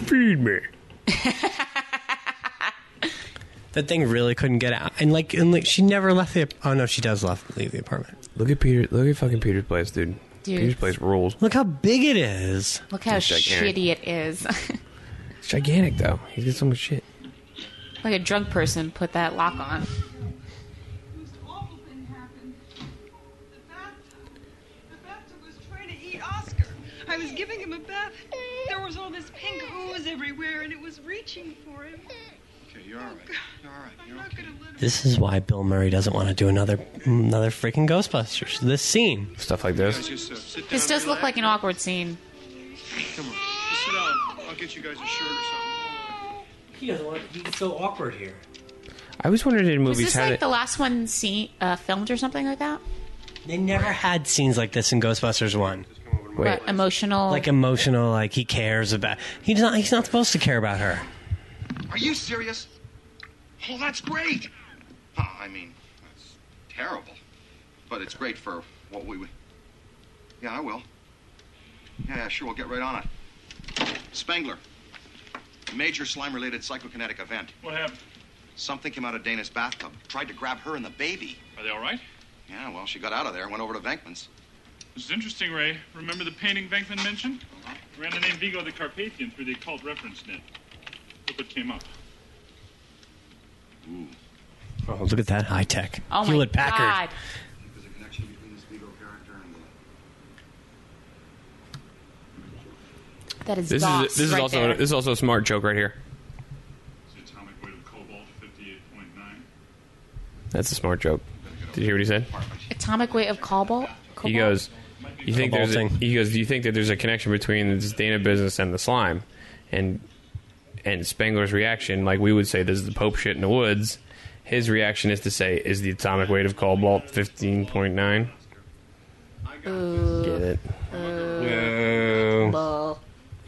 Feed me. That thing really couldn't get out. And like, and like she never left the. Oh, no, she does left, leave the apartment. Look at Peter. Look at fucking Peter's place, dude. Dude. Peter's place rules. Look how big it is. Look how It's gigantic. shitty it is. It's gigantic though. He's got so much shit. like a drunk person put that lock on. trying to eat Oscar. I was giving him a bath. There was all this pink ooze everywhere, and it was reaching for him. Okay, you're all right. You're all right. Oh, You're okay. This is why Bill Murray doesn't want to do another another freaking Ghostbusters. This scene. Stuff like this. Just, uh, sit down. This does look like an awkward scene. Come on. Just sit down. I'll get you guys a shirt or something. He doesn't want. He's so awkward here. I always wondered in Was this movies how like they, the last one scene uh, filmed or something like that? They never had scenes like this in Ghostbusters One. Wait. But emotional. Like emotional, like he cares about. He's not. He's not supposed to care about her. Are you serious? Oh, that's great. Oh, I mean, that's terrible. But it's great for what we. we- Yeah, I will. Yeah, yeah, sure, we'll get right on it. Spengler. A major slime related psychokinetic event. What happened? Something came out of Dana's bathtub. Tried to grab her and the baby. Are they all right? Yeah, well, she got out of there and went over to Venkman's. This is interesting, Ray. Remember the painting Venkman mentioned? Ran the name Vigo the Carpathian through the occult reference net. Look what came up. Oh, look at that high tech. oh my Hewlett Packard. god! That is This is DOS this is right also there. this is also a smart joke right here. That's a smart joke. Did you hear what he said? Atomic weight of cobalt. He goes, "You think there's a, Cobalting. he goes, do you think that there's a connection between this Dana business and the slime?" And and Spengler's reaction, like we would say, this is the Pope shit in the woods. His reaction is to say, "Is the atomic weight of cobalt fifteen point nine? Get it? No.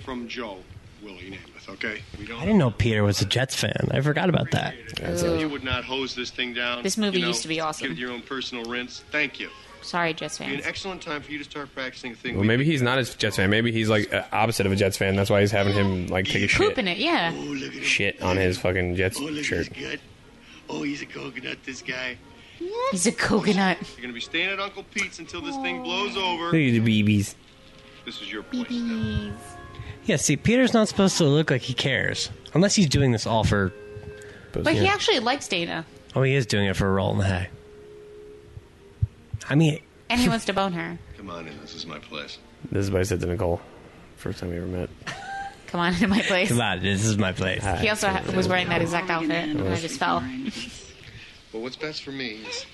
From Joe Willie Namath, okay? We don't. I didn't know Peter was a Jets fan. I forgot about that. You would not hose this thing down. This movie you know, used to be awesome. Give it your own personal rinse. Thank you. Sorry, Jets Be an fans. excellent time for you to start practicing a thing. Well, maybe he's not a Jets fan. Maybe he's like uh, opposite of a Jets fan. That's why he's having him like take a shit, Pooping it, yeah. shit on his fucking Jets shirt. Oh, he's a coconut, this guy. He's a coconut. You're gonna be staying at Uncle Pete's until this thing blows over. BBs. This is your place now. Yeah, see, Peter's not supposed to look like he cares unless he's doing this all for. But he actually likes Dana, Oh, he is doing it for a roll in the hay. I mean, and he wants to bone her. Come on in. This is my place. This is what I said to Nicole. First time we ever met. Come on into my place. on, uh, this is my place. He also ha- was wearing that exact outfit, and I just fell. But what's best for me is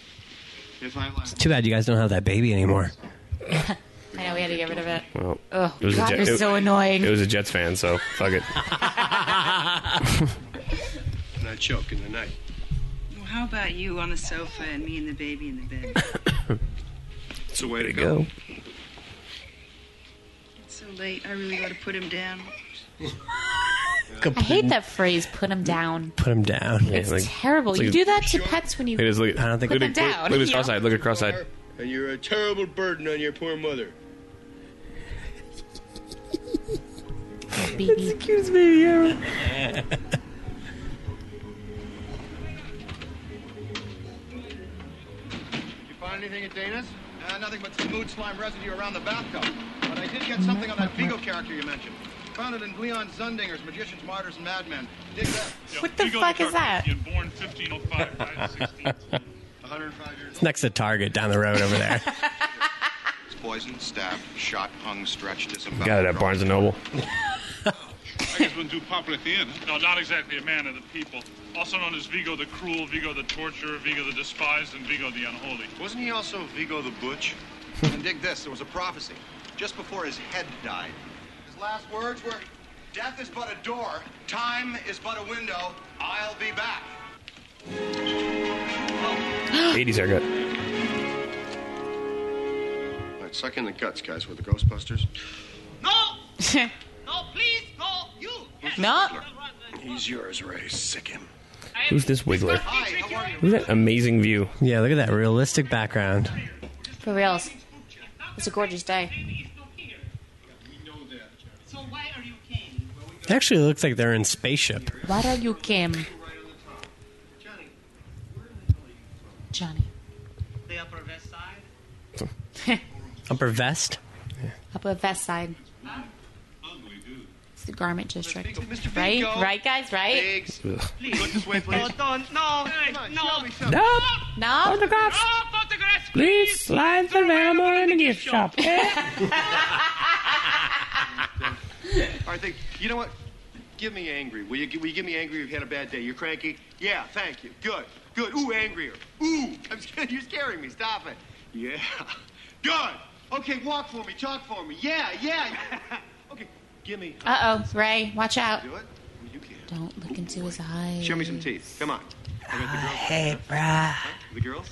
if I It's too bad you guys don't have that baby anymore. I know we had to get rid of it. Well, Ugh, it was a God, Jet- you're it- so annoying. It was a Jets fan, so fuck it. and I choke in the night. Well, how about you on the sofa and me and the baby in the bed? It's a way to go. it's so late. I really ought to put him down. I hate that phrase. Put him down. Put him down. it's Terrible. You do that to pets when you. Look at his, look, I don't think- look, Put at- them look- down, Look at his you know? cross-eyed. Look at cross-eyed. And you're a terrible burden on your poor mother. It's the cutest baby ever. Did you find anything at Dana's? Uh, nothing but some mood slime residue around the bathtub. But I did get something on that Vigo character you mentioned. Found it in Leon Zundinger's Magicians, Martyrs, and Madmen. Dig that. What the fuck is that? Born 1505, died in 1610. It's next to Target down the road over there. It's poisoned, stabbed, shot, hung, stretched, disemboweled. Got it at Barnes and Noble. I guess wasn't too popular at the end. No, not exactly a man of the people. Also known as Vigo the Cruel, Vigo the Torturer, Vigo the Despised, and Vigo the Unholy. Wasn't he also Vigo the Butch? and dig this. There was a prophecy. Just before his head died. His last words were, Death is but a door. Time is but a window. I'll be back. 80s haircut. All right, suck in the guts, guys. We're the Ghostbusters. No, please, no, you. No. He's yours, Ray. Sick him. Who's this Wiggler? Look at that amazing view. Yeah, look at that realistic background. For reals. It's a gorgeous day. So why are you came? It actually looks like they're in spaceship. Why are you Kim? Johnny. The Upper West Side. Upper vest. Up at West Side. It's the garment district. Right? Right, guys? Right? Look this way, please. Don't, no, no, No. No? Photographs. Please slide the ramble in the gift shop. All right, think. You know what? Give me angry. Will you, will you give me angry? You've had a bad day. You're cranky. Yeah, thank you. Good, good. Ooh, angrier. Ooh, I'm scared. You're scaring me. Stop it. Yeah. Good. Okay, walk for me. Talk for me. Yeah, yeah. okay, give me. Uh oh, Ray, watch out. Do it? Don't look into his eyes. Show me some teeth. Come on. I bet the girls. Hey, bruh. Huh? The girls?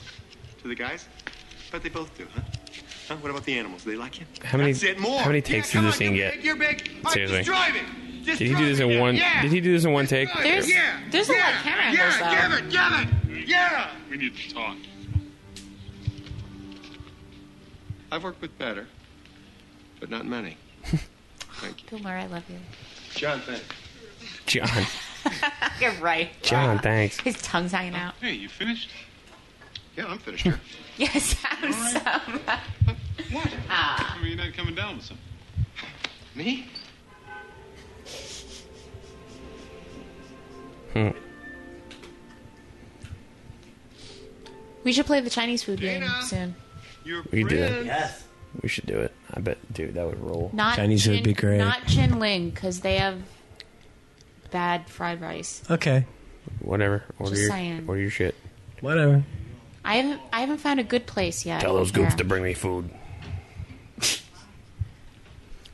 To the guys? Bet they both do, huh? Huh? What about the animals? They like you? How many? That's it. More. How many takes did this thing get? You're big. All right, Seriously. destroy me. Did he do this in one? Did he do this in one take? There's, there's a lot of camera angles, though. give it, give it. Yeah. We need to talk. I've worked with better, but not many. Thank you. Bill Murray, I love you. John, thanks. John. You're right. John, thanks. His tongue's hanging out. Hey, you finished? Yeah, I'm finished here. Yes, I'm so. What? Ah. I mean, you're not coming down with something. Me? Hmm. We should play the Chinese food game soon. Your We can do that. friends. Yes. We should do it. I bet, dude, that would roll. Not Chin- Not Chin Ling because they have bad fried rice. Okay. Whatever. Order Just your saying. order your shit. Whatever. I haven't I haven't found a good place yet. Tell those goops Yeah. to bring me food.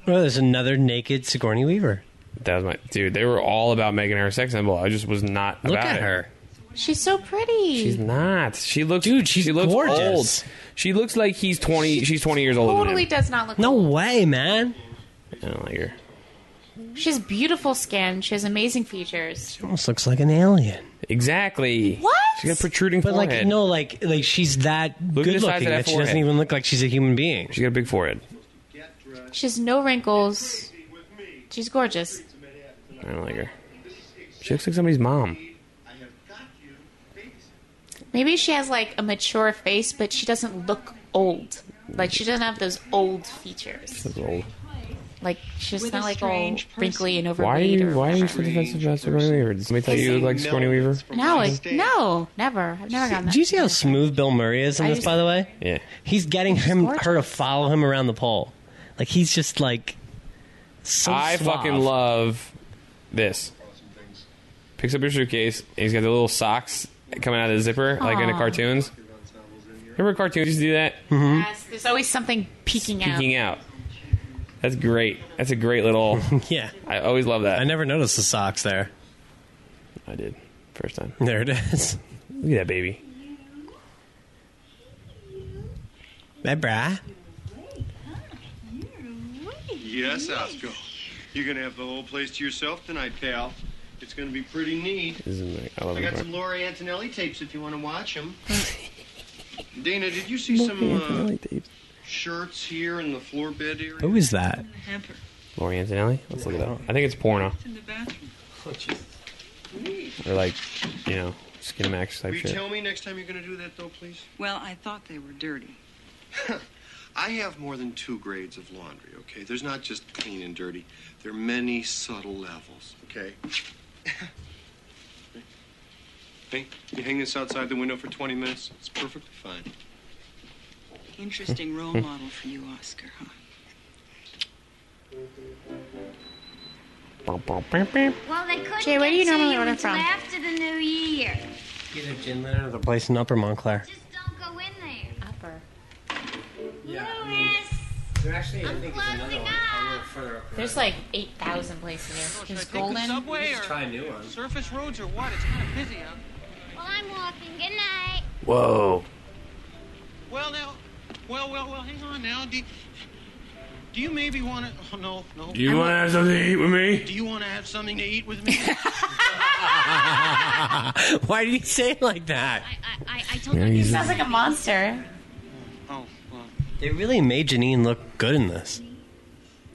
Well, there's another naked Sigourney Weaver. That was my dude. They were all about making her a sex symbol. I just was not Look about at it. her. She's so pretty. She's not. She looks dude. She's she looks gorgeous. old. She looks like he's twenty. She's twenty years older totally does not look. No way, man. than him. I don't like her. She has beautiful skin. She has amazing features. Almost looks like an alien. Exactly. What? She got a protruding But like forehead. no, like like she's that Look good at the size of looking that that, she doesn't forehead. even look like she's a human being. She got a big forehead. She has no wrinkles. She's gorgeous. I don't like her. She looks like somebody's mom. Maybe she has like a mature face, but she doesn't look old. Like she doesn't have those old features. She's old. Like she's With not a like all strange person. wrinkly and overweight. Why are or you Why are whatever. you so defensive about Sigourney Weaver? Did somebody tell you you look like Sigourney Weaver? No, it- no, never. I've never gotten that. Do you see how smooth Bill Murray is in I this? just- By the way, yeah, he's getting him her to follow him around the pole. Like he's just like so. I suave. fucking love this. Picks up your suitcase, and he's got the little socks coming out of the zipper, like in the Aw. cartoons. Remember cartoons used to do that? Yes, there's always something peeking out. Peeking out. That's great. That's a great little. yeah. I always love that. I never noticed the socks there. I did. First time. There it is. Look at that baby. That brah. Yes, Oscar. You're gonna have the whole place to yourself tonight, pal. It's gonna be pretty neat. This is my- I love I got it. some Laura Antonelli tapes if you want to watch them. Dana, did you see some uh, shirts here in the floor bed area? Who is that? Hamper. Lori Antonelli? Let's look it up. I think it's porno. in the bathroom. Oh, Or like, you know, skin max Will type you shit. tell me next time you're gonna do that though, please? Well, I thought they were dirty. I have more than two grades of laundry, okay? There's not just clean and dirty. There are many subtle levels, okay? hey, you hang this outside the window for 20 minutes? It's perfectly fine. Interesting role model for you, Oscar, huh? Well, they couldn't Jay, where do you get to normally order until from? after the new year. Either Jinlin or the place in Upper Montclair. Don't go in there. Upper. Yeah. They're actually, I think, there's another one. There's like 8,000 places here. There's Golden. subway or try a new one. surface roads or what? It's kind of busy out. Well, I'm walking. Good night. Whoa. Well, now, well, well, well, hang on now. Do, do you maybe want to. Oh, no, no. Do you want to have something to eat with me? Do you want to have something to eat with me? Why did he say it like that? I, I told Yeah, him he he's- sounds like a monster. They really made Janine look good in this.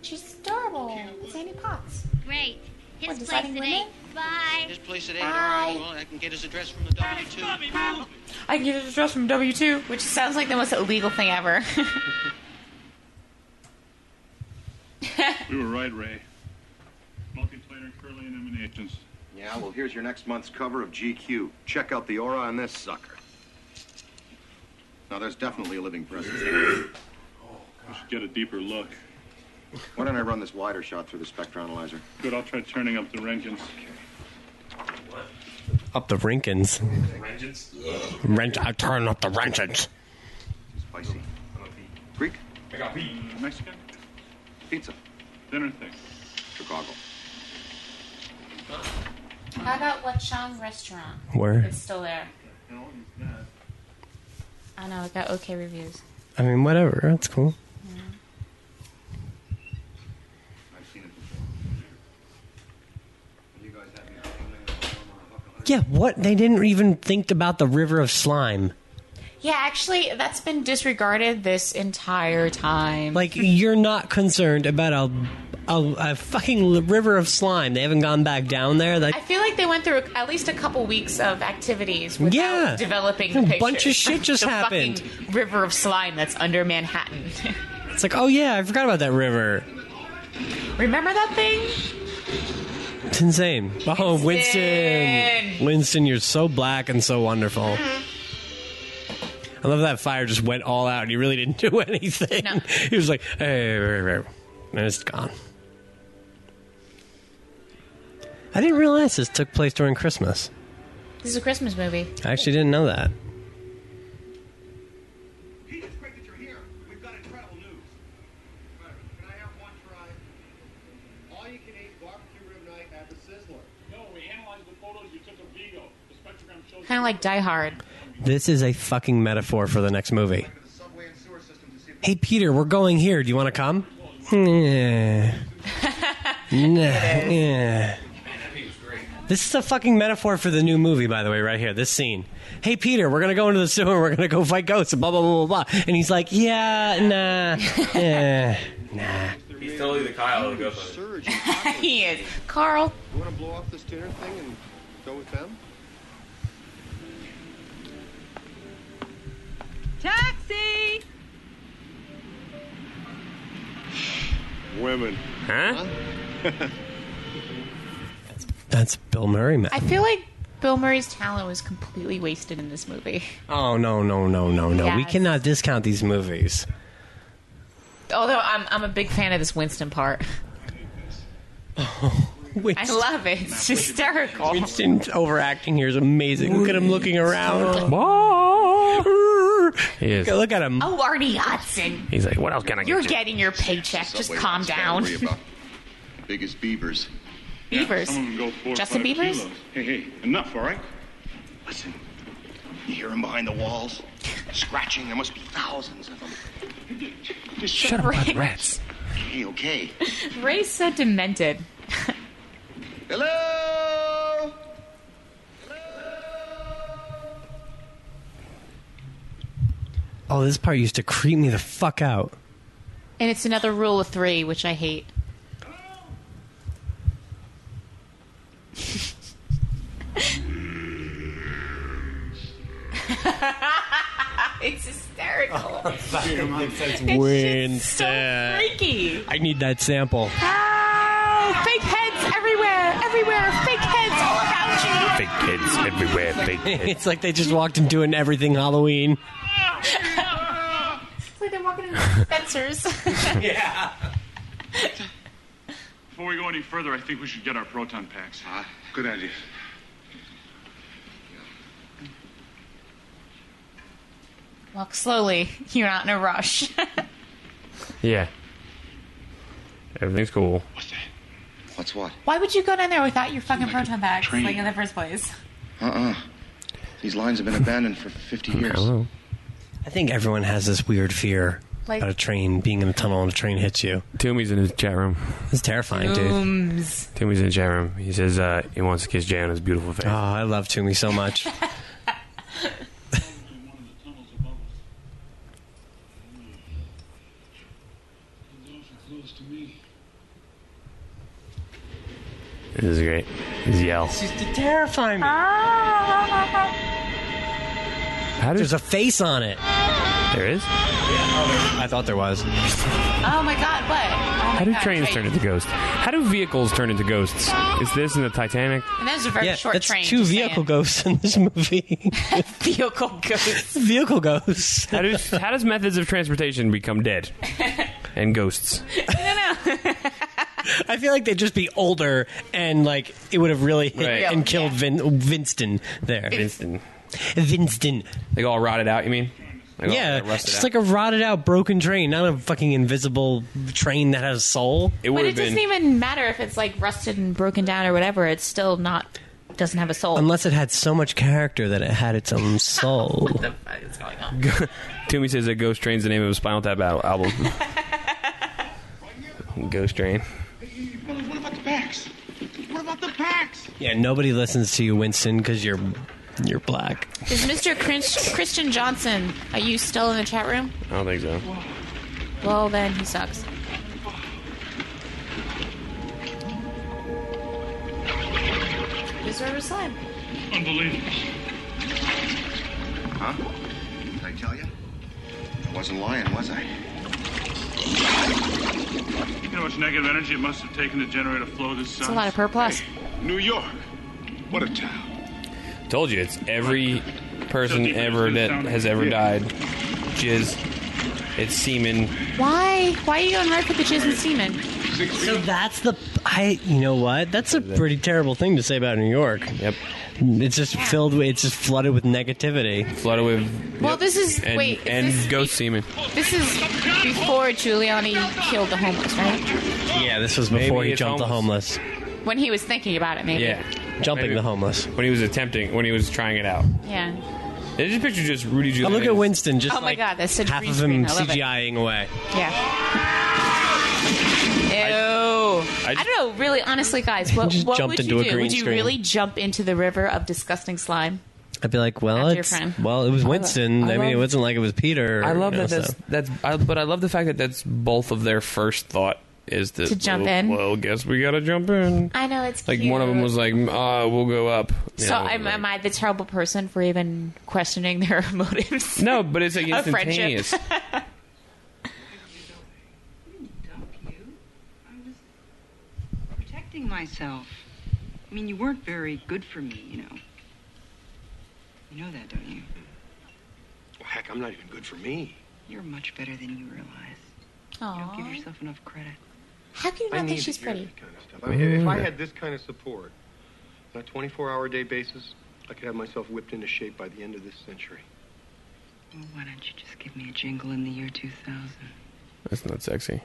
She's adorable. Sandy Potts. Great. His We're place deciding at eight. Bye. His place at 8. All right, well, I can get his address from the doctor, too. I can get an address from W two, which sounds like the most illegal thing ever. We were right, Ray. Multiplanar curling emanations. Yeah, well, here's your next month's cover of GQ. Check out the aura on this sucker. Now, there's definitely a living presence. We should get a deeper look. Why don't I run this wider shot through the spectranalyzer? Good, I'll try turning up the Rankins. Up the Rinkins. Rankins? Wrench. I turn up the wrenches. Spicy. Greek? I got beef. Mexican? Pizza. Dinner thing. Chicago. How about Wachang Restaurant? Where? It's still there. I know, it got okay reviews. I mean, whatever. That's cool. I've seen it before. You guys have any Yeah, what? They didn't even think about the river of slime. Yeah, actually, that's been disregarded this entire time. Like, you're not concerned about a, a, a fucking l- river of slime. They haven't gone back down there. Like, I feel like they went through at least a couple weeks of activities without Yeah. developing A pictures. bunch of shit just The happened. fucking river of slime that's under Manhattan. it's like, oh yeah, I forgot about that river. Remember that thing? It's insane. Oh, Winston. Winston. Winston, you're so black and so wonderful. I love that fire just went all out and he really didn't do anything. He was like, hey, and it's gone. I didn't realize this took place during Christmas. This is a Christmas movie. I actually didn't know that. Kind of like Die Hard. This is a fucking metaphor for the next movie. Hey, Peter, we're going here. Do you want to come? Yeah. Nah, yeah. This is a fucking metaphor for the new movie, by the way, right here. This scene. Hey, Peter, we're gonna go into the sewer. and We're gonna go fight ghosts. And blah blah blah blah blah. And he's like, Yeah, nah, yeah, nah. He's totally the Kyle of the he is. Carl. You want to blow off this dinner thing and go with them? Taxi! Women. Huh? That's Bill Murray, man. I feel like Bill Murray's talent was completely wasted in this movie. Oh no no no no no. We Yes. cannot discount these movies. Although I'm, I'm a big fan of this Winston part. I love it. It's hysterical. Winston overacting here is amazing. Look at him looking around. Ah. He is. Look at him. Oh, Arnie Hudson. He's like, what else can You're getting your paycheck. Just Subway calm routes, down. gotta worry about the Biggest beavers. Beavers. Justin Beavers? Hey, hey, enough, all right? Listen, you hear them behind the walls? Scratching, there must be thousands of them. Just shut up about rats. Okay, okay. Ray's so demented. Hello? Oh, this part used to creep me the fuck out. And it's another rule of three, which I hate. it's hysterical. Winston. freaky. I need that sample. Oh, fake heads everywhere, everywhere, fake heads all about Big kids everywhere. Big kids. it's like they just walked into an everything Halloween. you. it's like they're walking into Spencer's. Yeah. Before we go any further, I think we should get our proton packs. Ah, good idea. Walk slowly. You're not in a rush. Yeah. Everything's cool. What's what? Why would you go down there without your fucking proton packs, like in the first place? Uh-uh. These lines have been abandoned for 50 years. I think everyone has this weird fear Like- about a train being in a tunnel and a train hits you. Toomey's in his chat room. It's terrifying, Mm. dude. Ooms. Toomey's in the chat room. He says uh, he wants to kiss Jay on his beautiful face. Oh, I love Toomey so much. Close to me. This is great. His yell. terrifying me. There's a face on it. There is? I thought there was. Oh my god, what? Oh my How do God, trains wait. turn into ghosts? How do vehicles turn into ghosts? Is this in the Titanic? And that was a very yeah, short that's train. two just vehicle saying. ghosts in this movie. vehicle ghosts. vehicle ghosts. How does how does methods of transportation become dead and ghosts? I feel like they'd just be older and like it would have really hit Right. and killed Vin- Vinston there. Vinston. Vinston. Like all rotted out, you mean? Like all yeah, rusted just out? like a rotted out broken train, not a fucking invisible train that has a soul. it But would it have doesn't been even matter if it's like rusted and broken down or whatever. It's still not doesn't have a soul. Unless it had so much character that it had its own soul. Toomey says that Ghost Train's the name of a Spinal Tap al- album. Ghost Train. Fellas, what about the packs? What about the packs? yeah, nobody listens to you, Winston, because you're you're black. Is Mr. Chris- Christian Johnson? Are you still in the chat room? I don't think so. Well, then he sucks. Deserve a slime. Unbelievable. Huh? Did I tell you? I wasn't lying, was I? You know how much negative energy it must have taken to generate a flow this size? It's a lot of purple. New York. What a town. Told you, it's every person ever that has ever died. Jizz. It's semen. Why? Why are you going right for the jizz and semen? So that's the I. You know what? That's a pretty terrible thing to say about New York. Yep. It's just filled with. It's just flooded with negativity. Flooded with. Well, this is- And- wait, is and this- ghost semen. This is before Giuliani killed the homeless, right? Yeah, this was before Maybe he it's jumped the homeless. When he was thinking about it, maybe. Yeah. Jumping the homeless. When he was attempting, when he was trying it out. Yeah. They just picture just Rudy Oh, Giuliani. look at Winston. Just oh my like God, that's such half green of him screen. I love it. CGIing away. Yeah. Ew. I, don't know. Really, honestly, guys, what, Just what jumped would into you a do? green would you screen. really jump into the river of disgusting slime? I'd be like, well, After your it's, friend. well, it was I lo- Winston. I, I mean, it love- wasn't like it was Peter. I love you know, that. That's so. that's. I, but I love the fact that that's both of their first thought is that To jump well, in. Well, guess we gotta jump in. I know it's Like one of them was like, uh, we'll go up. You So know, am, am I the terrible person for even questioning their motives? No, but it's like Of friendship. instantaneous. protecting myself. I mean, you weren't very good for me, you know. You know that, don't you? Well, heck, I'm not even good for me. You're much better than you realize. You don't give Aw. yourself enough credit. How can you I not need think to she's hear pretty? that kind of stuff. I mean, if I Mm. had this kind of support on a 24-hour day basis, I could have myself whipped into shape by the end of this century. Well, why don't you just give me a jingle in the year 2000? that's not sexy.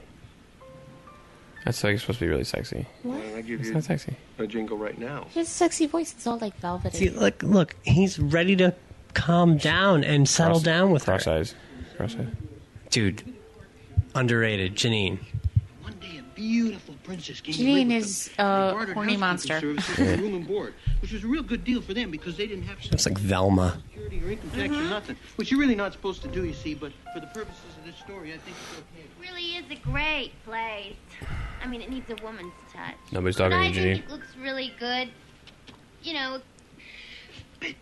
That's like supposed to be really sexy. Why don't I give It's you not sexy. a jingle right now? His sexy voice is all like velvety. See, look, look. He's ready to calm down and settle Cross- down with cross her. eyes. Cross eyes. Dude, underrated. Janine. Beautiful princess came to live Janine with is them. They a bartered horny housekeeping monster. services for room and board, which was a real good deal for them because they didn't have It's like Velma. security or income tax or nothing, which you're really not supposed to do, you see. But for the purposes of this story, I think it's okay. Really is a great place. I mean, it needs a woman's touch. Nobody's But talking I to you, think Janine. it looks really good. You know, And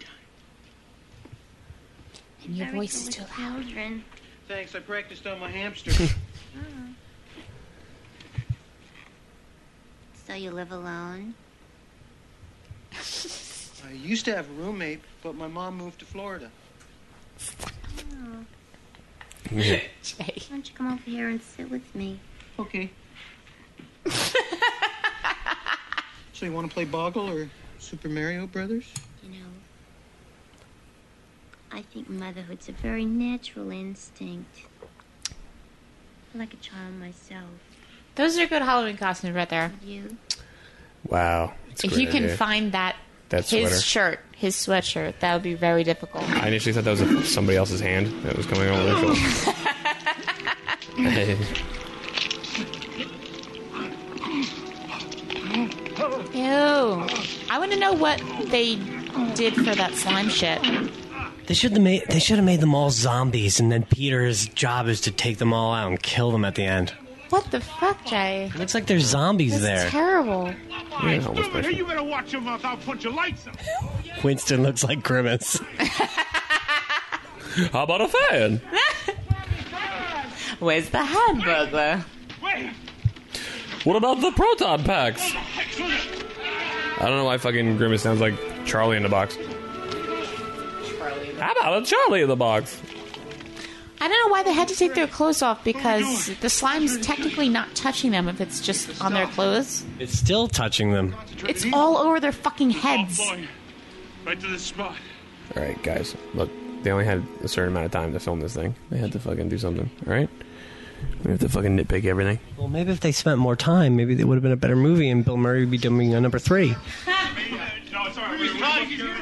your very voice is good too with Children. Thanks, I practiced on my hamster. Oh. So you live alone? I used to have a roommate, but my mom moved to Florida. Oh. Yeah. Why don't you come over here and sit with me? Okay. So you want to play Boggle or Super Mario Brothers? You know, I think motherhood's a very natural instinct. I like a child myself. Those are good Halloween costumes right there. You? Wow. if you can find that, That his sweater. shirt, his sweatshirt, that would be very difficult. I initially thought that was a, somebody else's hand that was coming over their shoulder. Ew. I want to know what they did for that slime shit. They should have made. They should have made them all zombies, and then Peter's job is to take them all out and kill them at the end. What the fuck, Jay? Looks like there's zombies there. Terrible. Yeah, almost Stupid, there. hey, you better watch your mouth. I'll put your lights out. Winston looks like Grimace. How about a fan? Where's the hamburger? What about the proton packs? I don't know why fucking Grimace sounds like Charlie in the box. How about a Charlie in the box? I don't know why they had to take their clothes off because the slime's technically not touching them if it's just on their clothes. It's still touching them. It's all over their fucking heads. Right to the spot. All right, guys. Look, they only had a certain amount of time to film this thing. They had to fucking do something. All right. We have to fucking nitpick everything. Well, maybe if they spent more time, maybe it would have been a better movie, and Bill Murray would be doing a number three. No, it's all right. We're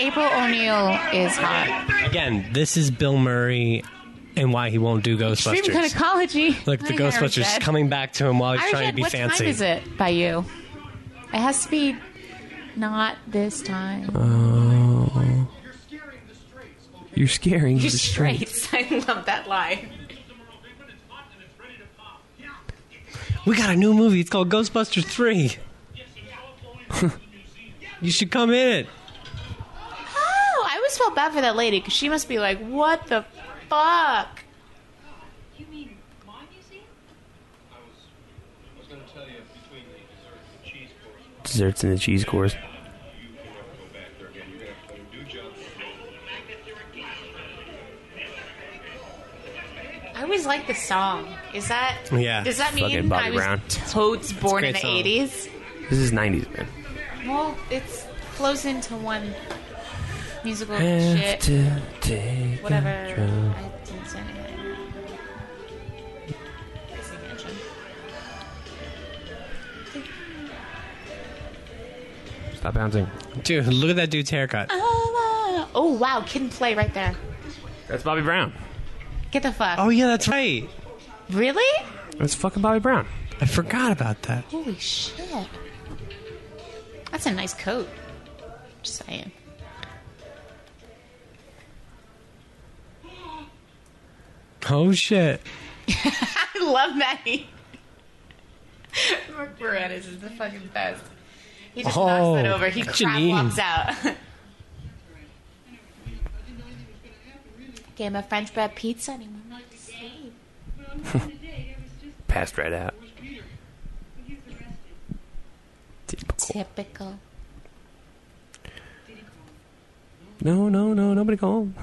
April O'Neil is hot. Again, this is Bill Murray and why he won't do Extreme Ghostbusters. gynecology. Look, the Hi, Ghostbusters is Irishead. coming back to him while he's trying to Irishead, be what fancy. time is it by you? It has to be not this time. Um, Oh. You're scaring You're straight. I love that lie. We got a new movie. It's called Ghostbusters 3. you should come in it. Oh, I always felt bad for that lady because she must be like, what the fuck? You mean my museum? I was going to tell you between the dessert and cheese course. Desserts in the cheese course. always like the song. Is that Yeah. Does that Fucking mean Bobby I was Brown. totes born in great the song. eighties? This is '90s, man. Well, it's flows into one musical Have shit. to take Whatever. control. I didn't say anything. Racing engine. Stop bouncing. Dude, look at that dude's haircut. Ah, oh wow, kid and play right there. That's Bobby Brown. Get the fuck. Oh yeah, that's right. Really? That's fucking Bobby Brown. I forgot about that. Holy shit. That's a nice coat. Just saying. Oh shit. I love Maddie. Mark Moranis is the fucking best. He just Oh, knocks that over. He crap Janine. walks out. Get him a French bread pizza and he went back to sleep. Passed right out. Typical. No, no, no, nobody go home.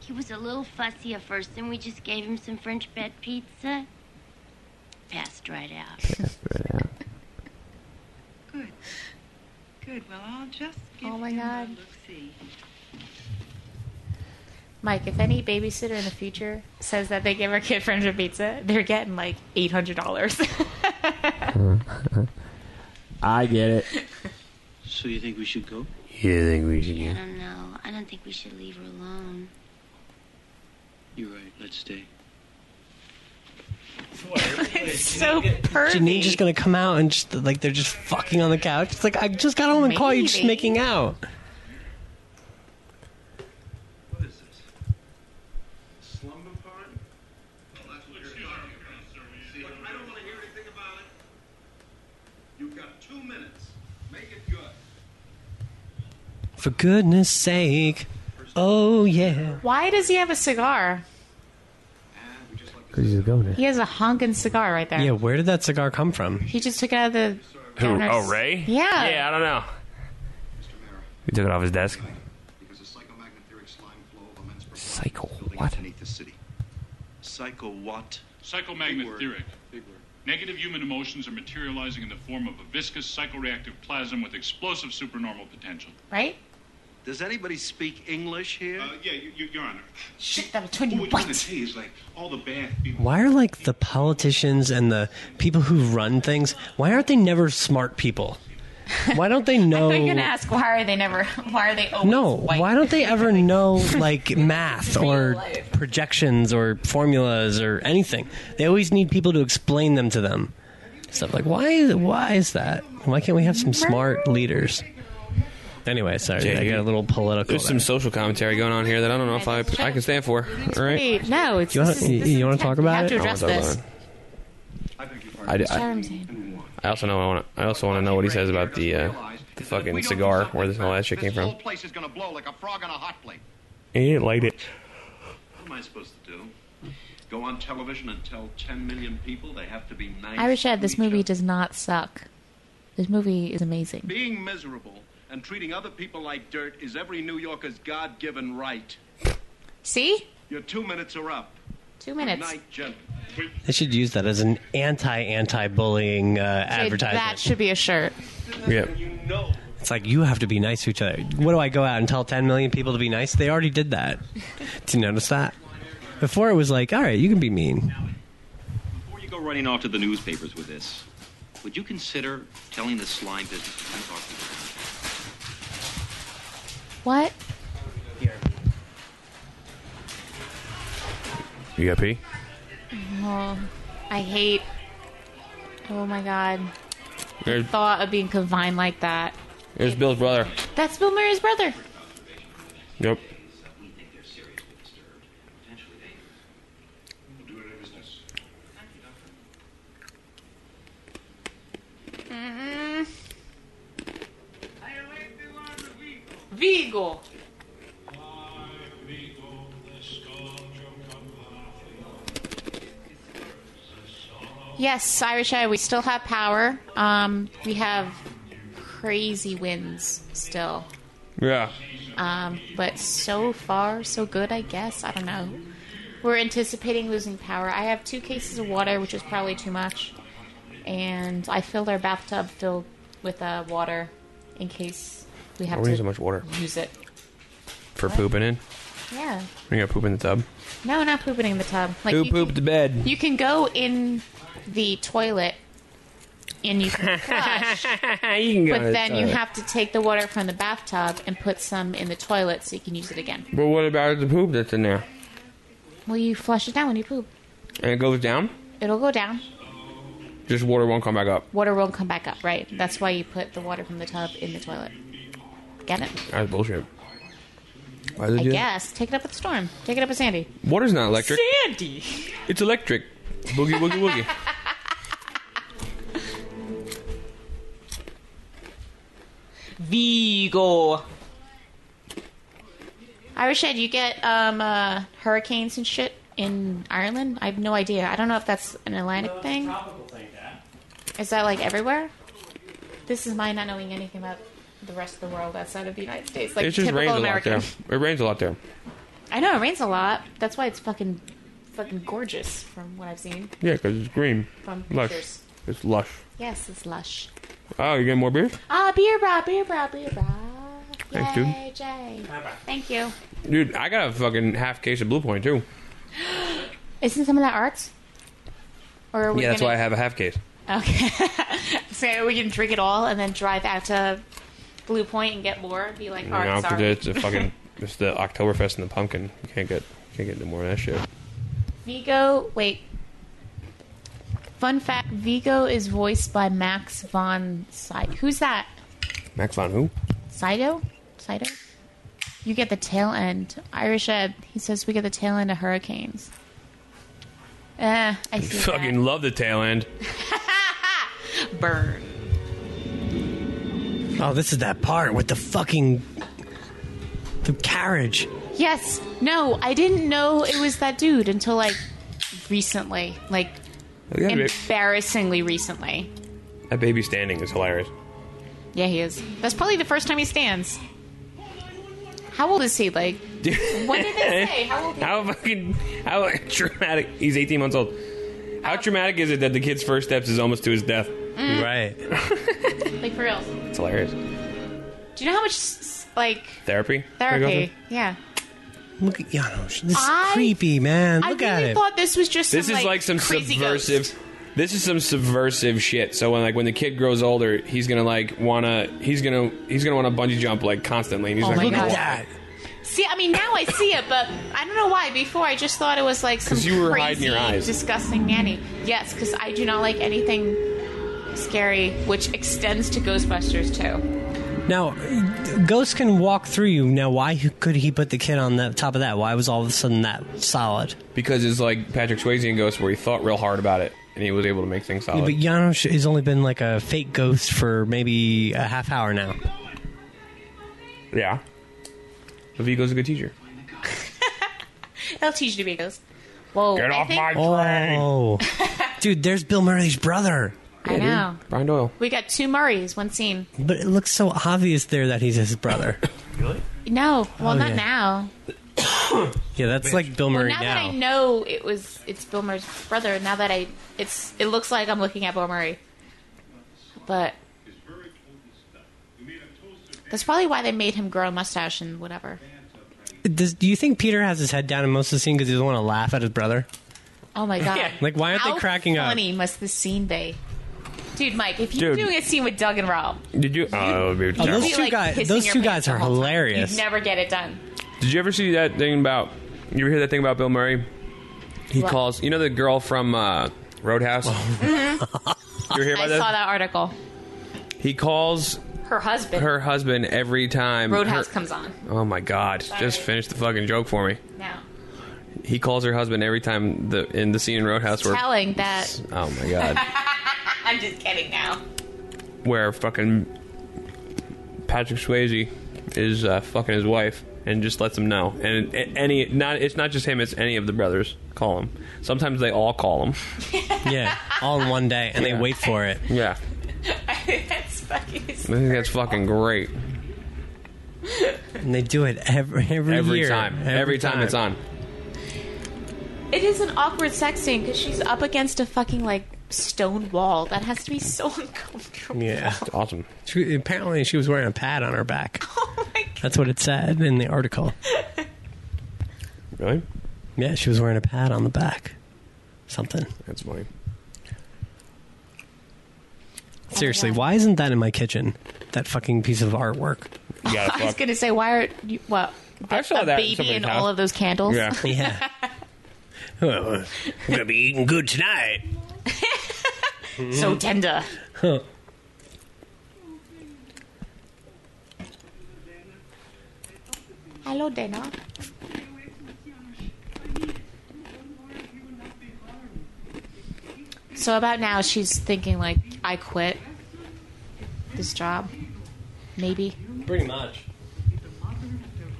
He was a little fussy at first, and we just gave him some French bed pizza. Passed right out. Good. Good. Well, I'll just give Oh my him God. a look-see. Mike, if any babysitter in the future says that they give her kid French bread pizza, they're getting like eight hundred dollars. I get it. So you think we should go? You think we should I don't know. I don't think we should leave her alone. You're right. Let's stay. it's so pervy. Janine just gonna come out and just like they're just fucking on the couch. It's like I just got home and caught you just Maybe. making out. Slumber party? Well, that's what you're talking about, Look, I don't want to hear anything about it. You've got two minutes. Make it good. For goodness sake. Oh yeah. Why does he have a cigar? Because he's going He has a honking cigar right there. Yeah, where did that cigar come from? He just took it out of the. Who? governor's- Oh, Ray. Yeah. Yeah, I don't know. He took it off his desk. Psycho. What? Beneath the city. Psycho what? Psychomagnet theory. Big word. Negative human emotions are materializing in the form of a viscous psychoreactive plasm with explosive supernormal potential. Right? Does anybody speak English here? Uh, yeah, you, you, Your Honor. Shit, that would turn you white. is like all the bad people. Why are like the politicians and the people who run things? Why aren't they never smart people? Why don't they know? They're gonna ask why are they never? Why are they always? Oh. no, why don't they ever know like math or projections or formulas or anything? They always need people to explain them to them. Stuff like why? Why is that? Why can't we have some smart leaders? Anyway, sorry, I got a little political. There's some social commentary going on here that I don't know if I, I can stand for. All right. Wait, no, it's. You wanna- this is- you- this you is wanna tech. talk about We it? I have to wanna address talk this. I, d- Sure, I'm I, saying. I also know I want I also want to know what he says about the uh, the fucking cigar where this all that shit came from. Place is gonna blow like a frog on a hot plate. He didn't light it. What am I supposed to do? Go on television and tell 10 million people they have to be nice. I wish I had this to each movie does not suck. This movie is amazing. Being miserable and treating other people like dirt is every New Yorker's God given right. See? Your two minutes are up. Two minutes. Good night, gentlemen. They should use that as an anti-anti-bullying uh, Okay, advertisement. That should be a shirt. Yeah. It's like you have to be nice to each other. What do I go out and tell 10 million people to be nice? They already did that. Did you notice that? Before it was like, all right, you can be mean. Before you go running off to the newspapers with this, would you consider telling the slime business to come talk to you? What? You got pee? Oh, I hate. Oh my god. There's, Thought of being confined like that. there's Bill's brother. That's Bill Murray's brother. Yep. Mm. Vigo. Yes, Irish Eye, we still have power. Um, we have crazy winds still. Yeah. Um, but so far, so good, I guess. I don't know. We're anticipating losing power. I have two cases of water, which is probably too much. And I filled our bathtub filled with uh, water in case we have Why do we to need so much water? use it. For What? pooping in. Yeah. We gotta poop in the tub. No, not pooping in the tub. Like Who you, pooped the bed? you can go in the toilet and you can flush. can go but to the then you toilet. have to take the water from the bathtub and put some in the toilet so you can use it again. But what about the poop that's in there? Well, you flush it down when you poop. And it goes down? It'll go down. Just water won't come back up. Water won't come back up, right? That's why you put the water from the tub in the toilet. Get it? That's bullshit. Why I did you? guess. Take it up with Storm. Take it up with Sandy. Water's not electric. Sandy! It's electric. Boogie woogie woogie. Vigo. Irish Head, you get um, uh, hurricanes and shit in Ireland? I have no idea. I don't know if that's an Atlantic thing. Is that like everywhere? This is my not knowing anything about the rest of the world outside of the United States. Like it just typical rains American. a lot there. It rains a lot there. I know it rains a lot. That's why it's fucking, fucking gorgeous from what I've seen. Yeah, because it's green. From lush. pictures. It's lush. Yes, it's lush. Oh, you getting more beer? Ah, beer bra, beer bra, beer bra. Thanks, dude. Yay, Jay. Thank you. Dude, I got a fucking half case of Blue Point, too. Isn't some of that arts? Or are we Yeah, that's gonna- why I have a half case. Okay. so we can drink it all and then drive out to Blue Point and get more. And be like, You all know, right, 'cause sorry. it's a fucking it's the Oktoberfest and the pumpkin. You can't get can't get no more of that shit. Vigo, wait. Fun fact: Vigo is voiced by Max von Sydow. Who's that? Max von who? Sydow? Sydow? You get the tail end. Irish Ed. He says we get the tail end of hurricanes. Eh, I see. that. Fucking love the tail end. Burn. Oh, this is that part with the fucking the carriage. Yes. No, I didn't know it was that dude until like recently. Like Yeah, babe. embarrassingly recently. That baby standing is hilarious. Yeah, he is. That's probably the first time he stands. How old is he? Like what did they say? How old How fucking how traumatic? He's eighteen months old. How traumatic is it that the kid's first steps is almost to his death? Mm. Right. like for real. It's hilarious. Do you know how much s- like Therapy. therapy? Yeah. Look at Yano. This is I- creepy, man. I Look at really it. thought this was just This some, is like, some crazy subversive. ghost. This is some subversive shit. So when like when the kid grows older, he's gonna like wanna he's gonna he's gonna wanna bungee jump like constantly. And he's Oh not my gonna God. walk. Look at See, I mean now I see it, but I don't know why. Before I just thought it was like some 'Cause you were crazy, hiding your eyes. disgusting nanny. Yes, because I do not like anything scary, which extends to Ghostbusters too. Now, ghosts can walk through you. Now, why could he put the kid on the top of that? Why was all of a sudden that solid? Because it's like Patrick Swayze in Ghost, where he thought real hard about it and he was able to make things Yeah, solid. but Janos has only been like a fake ghost for maybe a half hour now. Yeah. So Vigo's a good teacher. I'll teach you to be a ghost. Whoa! I think- Oh, dude, there's Bill Murray's brother. I know. Brian Doyle. We got two Murrays, one scene. But it looks so obvious there that he's his brother. Really? No, Oh, well, not yeah. now. Yeah, that's like Bill Well, Murray now, that I now. know it was it's Bill Murray's brother, now that I it's it looks like I'm looking at Bill Murray, but that's probably why they made him grow a mustache and whatever. Does, do you think Peter has his head down in most of the scene because he doesn't want to laugh at his brother? Oh my god! Yeah. Like, why aren't they How cracking up? Funny must this scene be, dude? Mike, if you're Dude. doing a scene with Doug and Rob, Did you? Oh, dude, Oh, those You'd two be, like, guys, pissing those your two pants guys are hilarious. you'd never get it done. Did you ever see that thing about? You ever hear that thing about Bill Murray? He What? calls. You know the girl from uh, Roadhouse. you ever hear I about saw that? that article. He calls Her husband, her husband every time. Roadhouse, her- comes on Oh my god! Just finish the fucking joke for me. now. He calls her husband every time the in the scene in Roadhouse where. Telling that Oh my god! I'm just kidding now. where fucking Patrick Swayze is uh, fucking his wife and just lets him know. And a- any not it's not just him; it's any of the brothers call him. Sometimes they all call him. yeah, all in one day, and they wait for it. Yeah, That's I think that's fucking great. And they do it every every, Every year. time. Every, time, it's on. It is an awkward sex scene because she's up against a fucking like stone wall. That has to be so uncomfortable. Yeah, it's awesome. She, apparently, she was wearing a pad on her back. Oh That's what it said in the article. Really? Yeah, she was wearing a pad on the back. Something. That's funny. Seriously, why isn't that in my kitchen? That fucking piece of artwork. Yeah, I was gonna say, why are you? Well, I saw a that in baby somebody's and house. all of those candles. Yeah. yeah. Oh, Well, I'm gonna be eating good tonight. so tender. Huh. Hello, Dana. So about now, she's thinking like, I quit this job, maybe. Pretty much.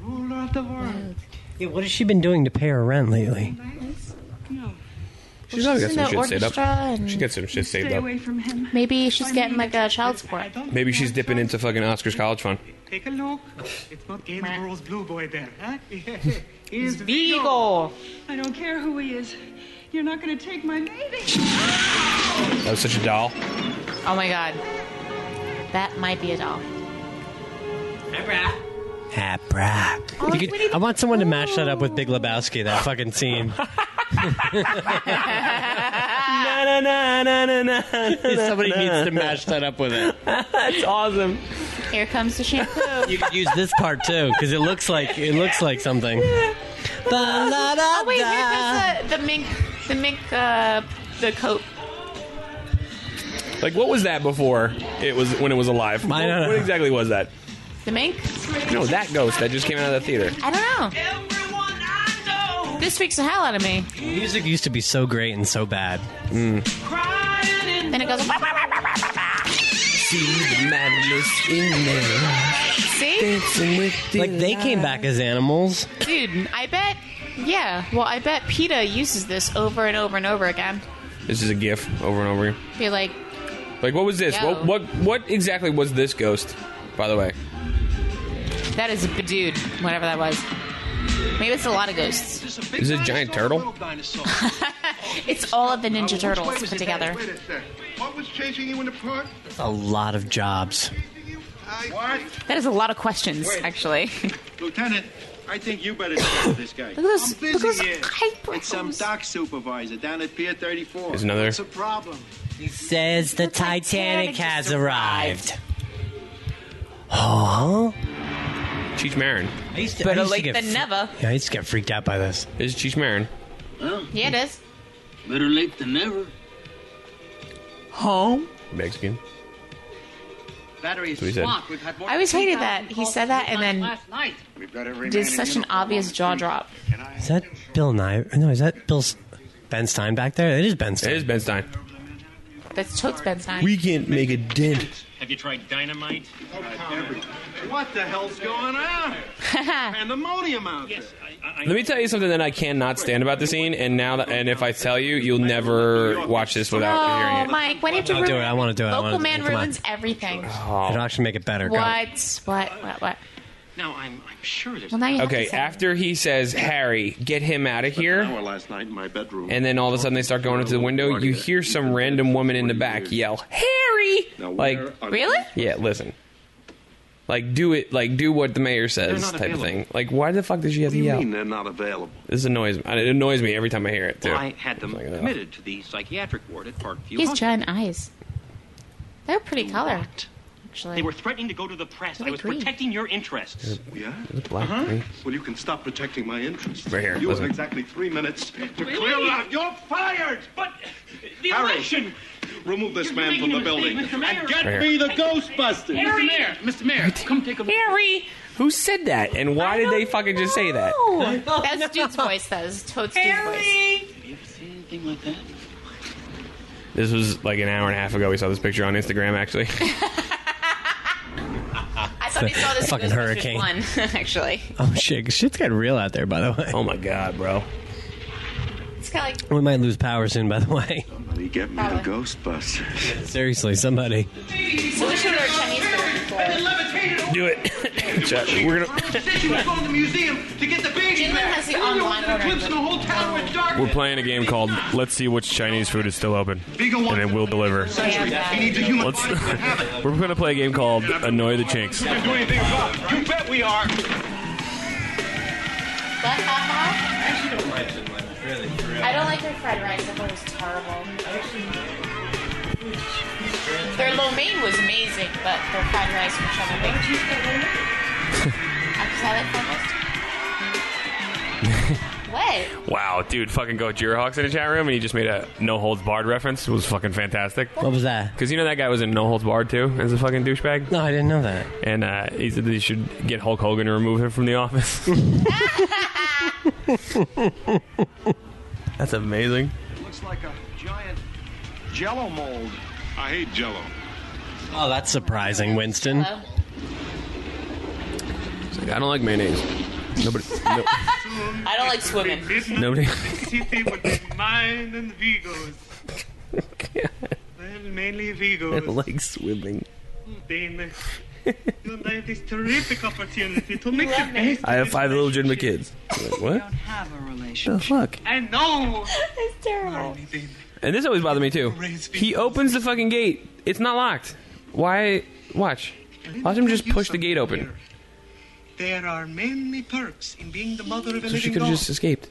Ruler of the world. Yeah, what has she been doing to pay her rent lately? No. She's probably got in some the shit saved orchestra up. and- She got some shit saved up. from him. Maybe she's getting like a child support. Maybe she's dipping into fucking Oscar's college fund. Take a look. It's not Gainsborough's blue boy there, huh? He's He's Beagle. I don't care who he is. You're not going to take my baby. That was such a doll. Oh my god, that might be a doll. Ah, brap. You could- I want someone to match that up with Big Lebowski, that fucking scene. na, na, na, na, na, na, Somebody na. needs to match that up with it. That's awesome. Here comes the shampoo. You could use this part too, because it looks like it looks like something. oh wait, here goes the, the mink, the mink, uh, the coat. Like, what was that before it was when it was alive? I don't What- What know. exactly was that? The mink? No, that ghost that just came out of the theater. I don't know. This freaks the hell out of me. Music used to be so great and so bad. Then it goes. "Wah, wah, wah, wah, wah, wah, wah." See the madness in See, like they came back as animals. dude, I bet. Yeah, well, I bet PETA uses this over and over and over again. This is a gif over and over. Be like, Like, what was this? What, Yo. what what exactly was this ghost? By the way, that is a dude, whatever that was. Maybe it's a lot of ghosts. is it a giant turtle? It's all of the Oh, Ninja Turtles put together. Wait a sec. What was chasing you in the park? That's a lot of jobs. What? That is a lot of questions, actually. Lieutenant, I think you better talk to this guy. Look at those- I'm busy look at those here. eyebrows. With some dock supervisor down at Pier 34. There's another- What's the problem? Says the Titanic has arrived. Oh, Cheech Marin. I used to, I Better used to late get than fre- never. Yeah, I used to get freaked out by this. Is Cheech Marin? Well, Yeah, it is. better late than never. Home. Mexican. Battery That's what he said. swamp. I always hated that he said that and then night. We better did such an obvious jaw drop. Is that Bill Nye? No, is that Bill S- Ben Stein back there? It is Ben Stein. It is Ben Stein. That's Totes Ben Stein. can't make a dent. Have you tried dynamite? What the hell's going on? Pandemonium out there. Let me tell you something that I cannot stand about the scene, and now that, and if I tell you, you'll never watch this without Oh, hearing it. Mike, why did you I'll ruin do it. I want to do it. I Local want to man do it. Come ruins everything. Oh. on. It'll actually make it better. Go. What? What? What? What? Now I'm, I'm sure there's. Well, now you have Okay, to say after he says, "Harry, get him out of here," last night in my bedroom. and then all of a sudden they start going into the window, you hear some random woman in the back yell, "Harry!" Like, really? yeah, listen. Like do it, like do what the mayor says, not type available. of thing. Like, why the fuck does she have What do to you yell? mean they're not available? This annoys me. It annoys me every time I hear it. Too. Well, I had them Something like that. committed to the psychiatric ward at Parkview. His Hospital. giant eyes. They're pretty color. Actually. They were threatening to go to the press. They're I was green. protecting your interests. Yeah? Black. Uh-huh. Well, you can stop protecting my interests. Right here, You listen. have exactly three minutes to Wait, clear wait. out. You're fired! But the Harry, election. Remove this You're man making from the a mistake, building Mr. Mayor. and get Right me here. the Ghostbusters. Harry! Mr. Mayor, come take a look. Harry. Who said that? And why did they fucking just say that? Oh, that's dude's voice. That is Toad's dude's voice. Have you ever seen anything like that? This was like an hour and a half ago. We saw this picture on Instagram, actually. I thought he saw this in Fucking Ghostbusters hurricane. One, actually, Oh shit! Shit's got real out there. By the way. Oh my god, bro. it's kind of like We might lose power soon. By the way. Somebody get me the Probably. Ghostbusters. Seriously, somebody. So we should order Chinese food before. Do it. Chat, We're gonna. the museum to get the baby Jinlin back. has the They're the online ones that ordering, eclipsed the whole town with darkness. We're playing a game called Let's See Which Chinese Food Is Still Open. And it will deliver. He needs a human Let's, we're going to play a game called Annoy the Chinks. do anything about it. You bet we are. Uh-huh. I don't like their fried rice. I thought it was terrible. Their lo mein was amazing, but their fried rice was trouble. I just had it for most- What? Wow, dude, fucking go Jurahawks in the chat room, and he just made a No Holds Barred reference. It was fucking fantastic. What was that? Because you know that guy was in No Holds Barred too, as a fucking douchebag. No, I didn't know that. And uh, he said that he should get Hulk Hogan to remove him from the office. That's amazing. It looks like a giant jello mold. I hate Jello. Oh, that's surprising, Winston. I don't like mayonnaise. Nobody. no- I don't like swimming. Nobody- City would be mine and Vigo's. Well, mainly Vigo's. swimming. Danish. You and I have this terrific opportunity to make the me. best. I have five legitimate kids. What? Have a The fuck? I know. It's terrible. And this always bothered me too. He opens the fucking gate. It's not locked. Why? Watch. Watch him just push the gate open. There are many perks in being the mother of a So she living could dog. have just escaped.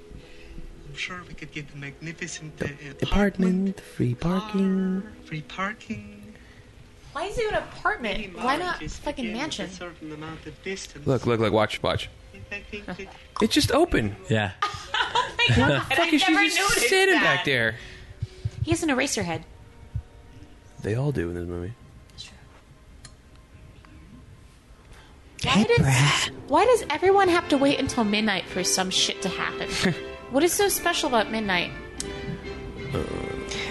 I'm sure we could get a magnificent uh, Apartment, free parking. free parking. Why is it an apartment? Why not fucking mansion? Look, look, look. Watch, watch. It's just open. Yeah. What the God, I fuck is she never just noticed sitting that. back there? He has an eraser head. They all do in this movie. Why does, why does everyone have to wait until midnight for some shit to happen? what is so special about midnight?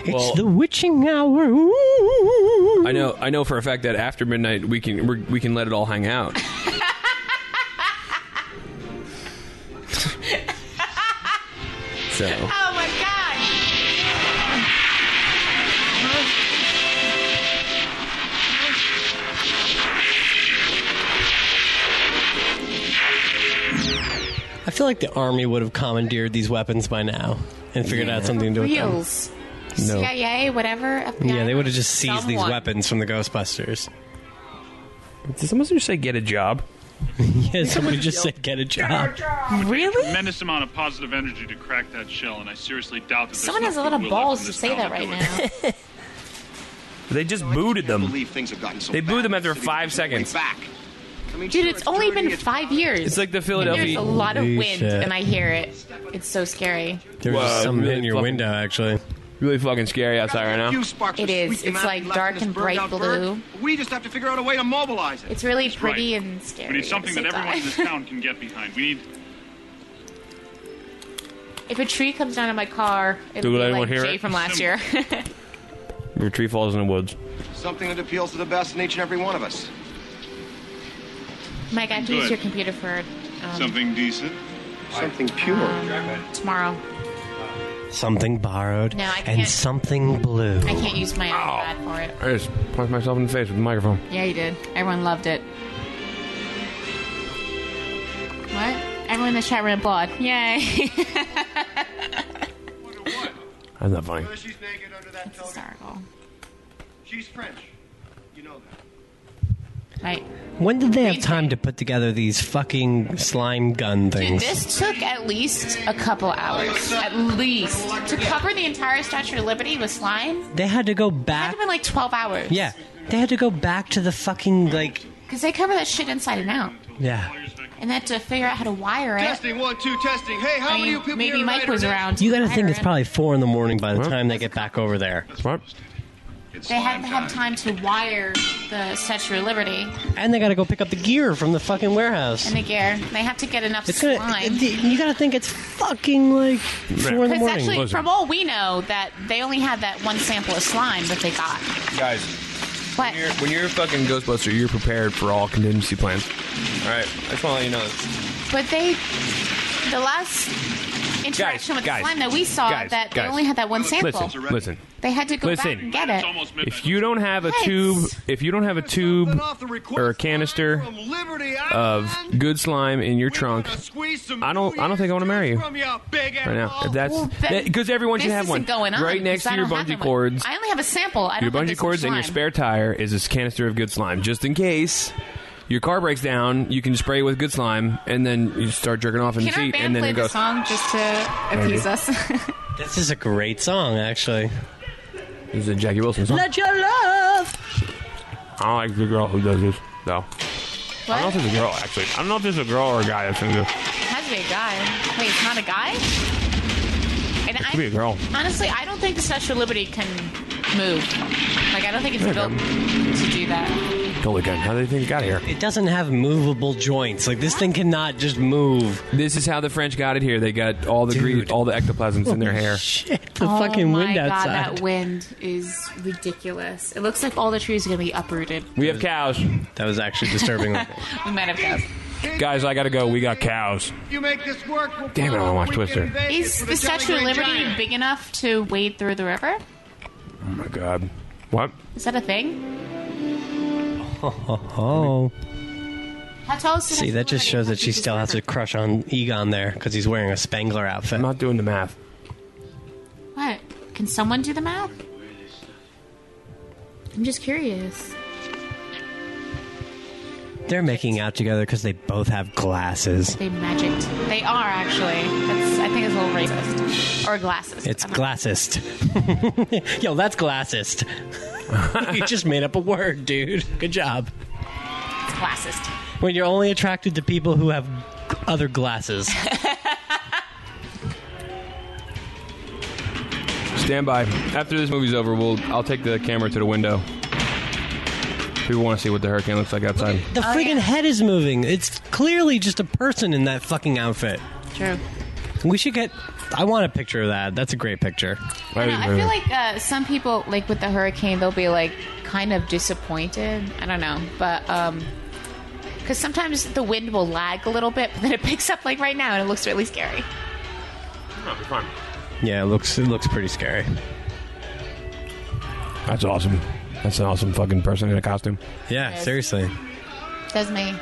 It's the witching hour. Ooh. I know. I know for a fact that after midnight we can we're, we can let it all hang out. so Oh my god! I feel like the army would have commandeered these weapons by now and figured out something to do with them. Reels. No. CIA, whatever. FBI. Yeah, they would have just seized these Someone. weapons from the Ghostbusters. Did someone just say get a job? yeah, somebody just said get a job. Really? Tremendous amount of positive energy to crack that shell, and I seriously doubt that. Someone has a lot of balls to say that right now. They just booted them. they booed them after five seconds. Dude, it's only been five years. It's like the Philadelphia- There's a lot of Holy wind, shit. and I hear it. It's so scary. There's Wow, something really in your fucking- window, actually. Really fucking scary outside right now. It is. It's like dark and bright blue. We just have to figure out a way to mobilize it. It's really That's right. pretty and scary. We need something at that the same everyone in time. this town can get behind. We need. if a tree comes down in my car, it'll Dude, be I like won't hear Jay it. from last year. Your tree falls in the woods. Something that appeals to the best in each and every one of us. Mike, I have to use Good. your computer for um, Something decent. Something pure. tomorrow. Something borrowed No, I and can't- something blue. I can't use my iPad for it. I just punched myself in the face with the microphone. Yeah, you did. Everyone loved it. What? Everyone in the chat room applaud. Yay. That's not funny. She's naked under that toga. She's French. You know that. right. When did they have time to put together these fucking slime gun Dude, things? this took at least a couple hours. At least. To cover the entire Statue of Liberty with slime? They had to go It had back. to been like 12 hours. Yeah, they had to go back to the fucking like. Because they cover that shit inside and out. Yeah, And they had to figure out how to wire it. Testing one, two, testing. Hey, how I mean, many of you people maybe here Mike tonight are was naked? around. you got to think it's Iron. probably four in the morning by the time they get back over there. They hadn't had time to wire the Statue of Liberty And they got to go pick up the gear from the fucking warehouse. and the gear. They have to get enough It's gonna. slime. it- you got to think it's fucking like four in the Because morning. actually, from all we know, that they only had that one sample of slime that they got. Guys, What? When, you're, when you're a fucking Ghostbuster, you're prepared for all contingency plans. All right, I just want to let you know. this. But they, the last interaction Guys, with guys, the slime that we saw guys, that they guys. only had that one sample. Listen, listen. They had to go listen. back and get it. If you don't have a tube, if you don't have a tube or a canister of good slime in your trunk, I don't. I don't think I want to marry you right now. If that's Oh, Well, then because everyone should this have one isn't going on, right next because to I your don't have bungee one. cords. I only have a sample. I don't Your have bungee this cords and your slime. spare tire is this canister of good slime, just in case your car breaks down. You can spray it with good slime, and then you start jerking off in Can the our seat, band and then play it the goes. song just to Maybe. appease us? This is a great song, actually. This is a Jackie Wilson song. your love. I don't like the girl who does this, though. I don't know What? if it's a girl, actually. I don't know if it's a girl or a guy that's going to do it. It has to be a guy. Wait, it's not a guy? And Could be a I, girl. honestly, I don't think the Statue of Liberty can move. Like, I don't think it's built to do that. Totally good. How do they think it got here? It doesn't have movable joints. Like this thing cannot just move. This is how the French got it here. They got all the gre- all the ectoplasms in their hair. Shit, oh my God, that wind is ridiculous. It looks like all the trees are going to be uprooted. We have cows. That was actually disturbing. we might have cows. Guys, I gotta go. We got cows. You make this work. We'll Damn it, I wanna watch Twister. Is the Statue of Liberty big enough to wade through the river? Oh my god. What? Is that a thing? Oh, How tall is see, the Statue that of just Liberty? shows that she still has a crush on Egon there because he's wearing a Spangler outfit. I'm not doing the math. What? Can someone do the math? I'm just curious. They're making out together because they both have glasses. They magicked. They are actually. That's I think it's a little racist. Or glasses. It's glassist. Yo, that's glassist. you just made up a word, dude. Good job. It's glassist. When you're only attracted to people who have other glasses. Stand by. After this movie's over, we'll I'll take the camera to the window. People want to see what the hurricane looks like outside. The Oh, friggin' head is moving. It's clearly just a person in that fucking outfit. True. We should get. I want a picture of that. That's a great picture. I feel like uh, some people, like with the hurricane, they'll be like kind of disappointed. I don't know, but um, because sometimes the wind will lag a little bit, but then it picks up like right now, and it looks really scary. Yeah, it looks it looks pretty scary. That's awesome. That's an awesome fucking person in a costume. Yeah, Yes. seriously. Does me.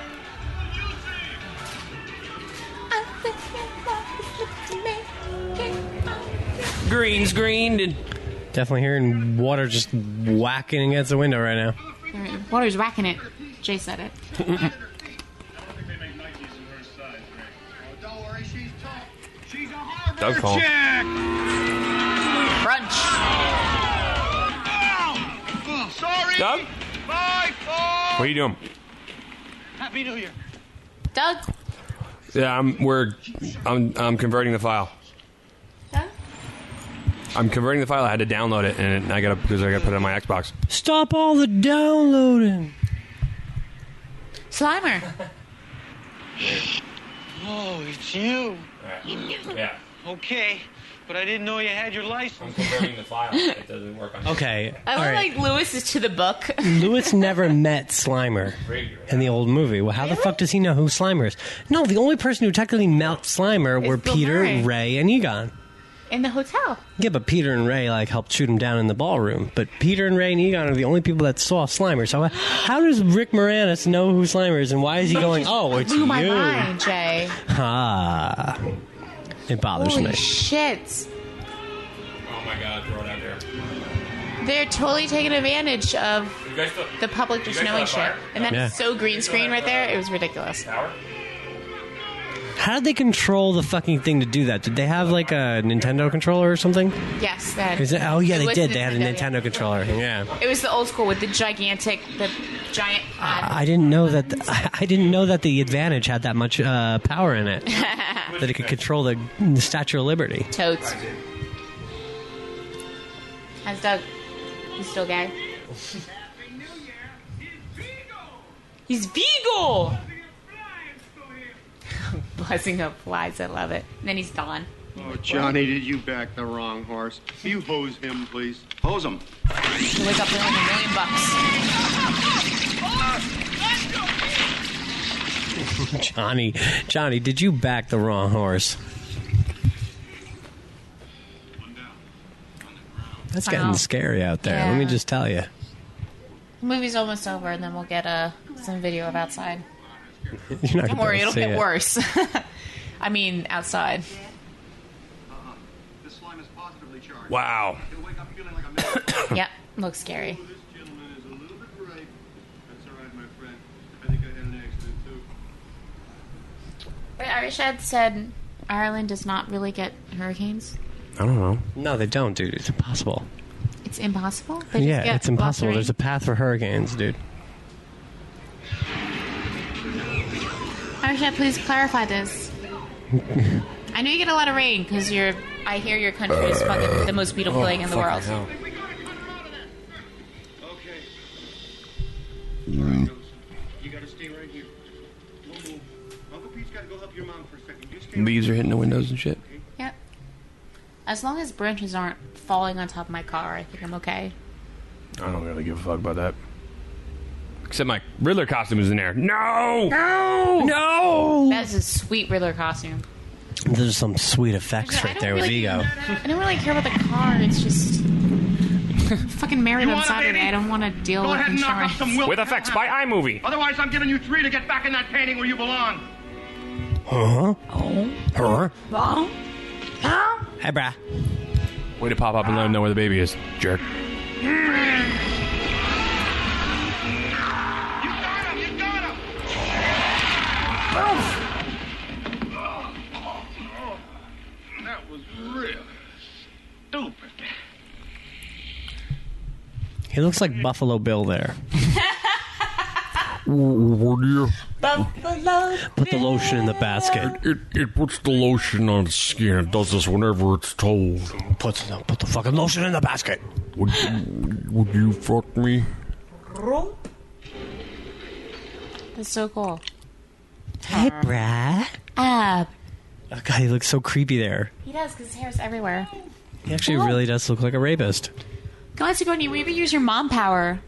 Green's greened and Definitely hearing water just whacking against the window right now. Water's whacking it. Jay said it. Oh, Doug call. Sorry. Doug? Bye, folks. What are you doing? Happy New Year. Doug. Yeah, I'm we're I'm I'm converting the file. I'm converting the file. I had to download it and I gotta because I gotta put it on my Xbox. Stop all the downloading. Slimer. Oh, it's you. Yeah. Okay, but I didn't know you had your license. the file. It doesn't work on. Okay. I all look right. like Lewis is to the book. Lewis never met Slimer in the old movie. Well, how the fuck does he know who Slimer is? No, the only person who technically met Slimer were Bill Peter, Murray. Ray, and Egon. In the hotel. Yeah, but Peter and Ray like helped shoot him down in the ballroom. But Peter and Ray and Egon are the only people that saw Slimer. So how does Rick Moranis know who Slimer is, and why is he going? Oh, it's Blew you. my mind, Jay. Ah, it bothers Holy me. shit. Oh my god, throw it out there. They're totally taking advantage of You guys still- the public you just guys knowing still shit. have fire? And that's Yeah. so green screen right there. It was ridiculous. How did they control the fucking thing to do that? Did they have like a Nintendo controller or something? Yes, that. Is it, oh yeah, it they was did. They had a Nintendo, Nintendo controller. Yeah. yeah. It was the old school with the gigantic, the giant pad. I didn't know that. th- I didn't know that the advantage had that much uh, power in it. that it could control the, the Statue of Liberty. Totes. How's Doug? He's still gay. He's Beagle! Blessing of flies, I love it. And then he's gone. Oh, Johnny, did you back the wrong horse? You hose him, please. Hose him. You wake up with like a million bucks. Johnny, Johnny, did you back the wrong horse? That's getting Wow. scary out there. Let me Yeah. just tell you. The movie's almost over, and then we'll get uh, some video of outside. You're not Don't gonna worry, it'll see get it. worse. I mean, outside. Wow. yeah, looks scary. Wait, Arishad said Ireland does not really get hurricanes. I don't know. No, they don't, dude. It's impossible. It's impossible. They just Yeah, get it's impossible. lots of There's a path for hurricanes, dude. rain. Arishad, please clarify this. I know you get a lot of rain because you're. I hear your country is fucking the most beautiful Oh, thing in the world. fucking hell. You gotta stay right here. Don't move. Uncle Pete's gotta go help your mom for a second. You stay Leaves are hitting the windows and shit. Yep. As long as branches aren't falling on top of my car, I think I'm okay. I don't really give a fuck about that. Except my Riddler costume is in there. No! No! No! That's a sweet Riddler costume. There's some sweet effects right there with Vigo. I don't really care about the car. It's just fucking married You on want it, Saturday. baby? I don't want to deal Go with ahead and knock insurance. off some Will With effects by iMovie. Otherwise, I'm giving you three to get back in that painting where you belong. Huh? Huh? Well, Hey, brah. Way to pop up and let him know where the baby is, jerk. That was real stupid. He looks like Buffalo Bill there. Put the lotion in the basket. It, it puts the lotion on the skin. It does this whenever it's told. Put, put the fucking lotion in the basket. Would you, would you fuck me? That's so cool. Hey, brah. Ah, Oh, God, he looks so creepy there. he does because his hair's everywhere. He actually Oh. really does look like a rapist. God, Sigourney, we ever use your mom power?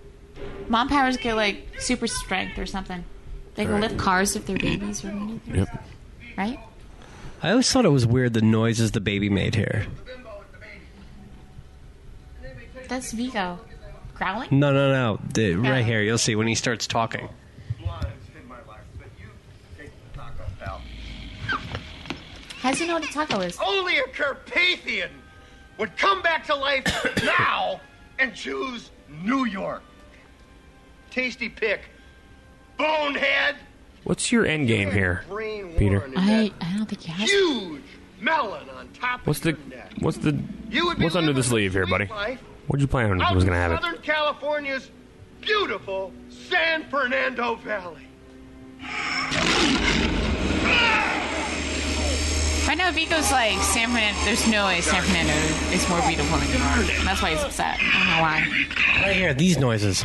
Mom powers get like super strength or something. They can Right. lift cars if they're babies or anything, Yep. right? I always thought it was weird the noises the baby made here. That's Vigo growling. No, no, no. The, Oh. right here, you'll see when he starts talking. How does he know what a taco is? Only a Carpathian would come back to life now and choose New York. Tasty pick. Bonehead. What's your end game here, Peter? I I don't think he has. Huge melon on top What's the what's the You would be what's under the sleeve here, buddy? life. What'd you plan on of was gonna have it? Southern California's beautiful San Fernando Valley. Right now, Vico's like San Fernando. There's no way San Fernando is more beautiful than New York. That's why he's upset. I don't know why. Right here, these noises.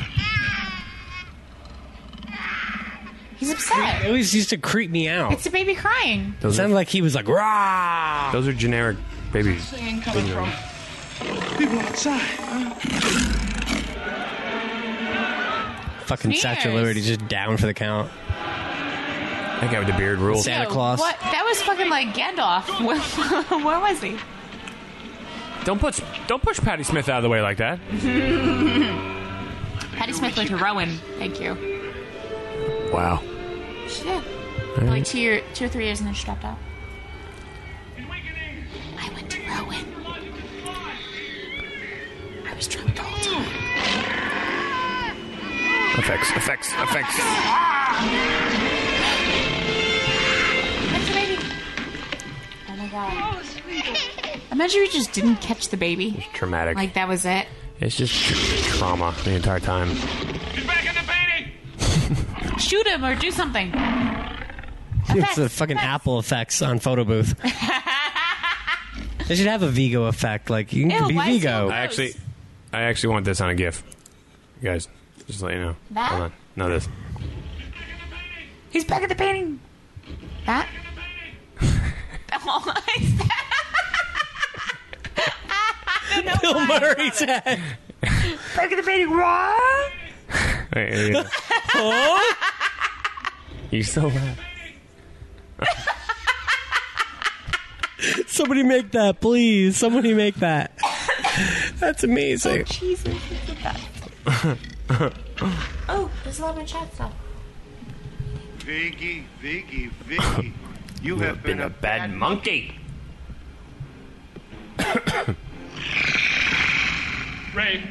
He's upset. It always used to creep me out. It's a baby crying. It sounded like he was like, rah! Those are generic baby. Saying coming things. from- People outside. Fucking Statue of Sneakers. Liberty just down for the count. That guy with the beard rules. Santa Yo, Claus. What? That was fucking like Gandalf. Where, where was he? Don't push don't push Patty Smith out of the way like that. Patty Smith went to Rowan. Thank you. Wow. She did. For like two, year, two or three years, and then she dropped out. I went to Rowan. I was drunk the whole time. Effects, effects, effects. That's the baby. Oh my god. Imagine we just didn't catch the baby. Traumatic. Like that was it. it's just tr- trauma the entire time. Shoot him or do something. it's the fucking Apple effects on photo booth. they should have a Vigo effect. Like you can Ew, be why is it Vigo. I actually I actually want this on a GIF. You guys, just let you know. That? Hold on. No this. He's back at the painting. That? Bill Murray's head. back at the painting. What? Wait, here you go. You're so loud. Somebody make that, please. Somebody make that. That's amazing. Oh, Jesus, it's the best. Oh, there's a lot of chat stuff. Viggy, Viggy, Viggy. You have been a bad monkey. Ray,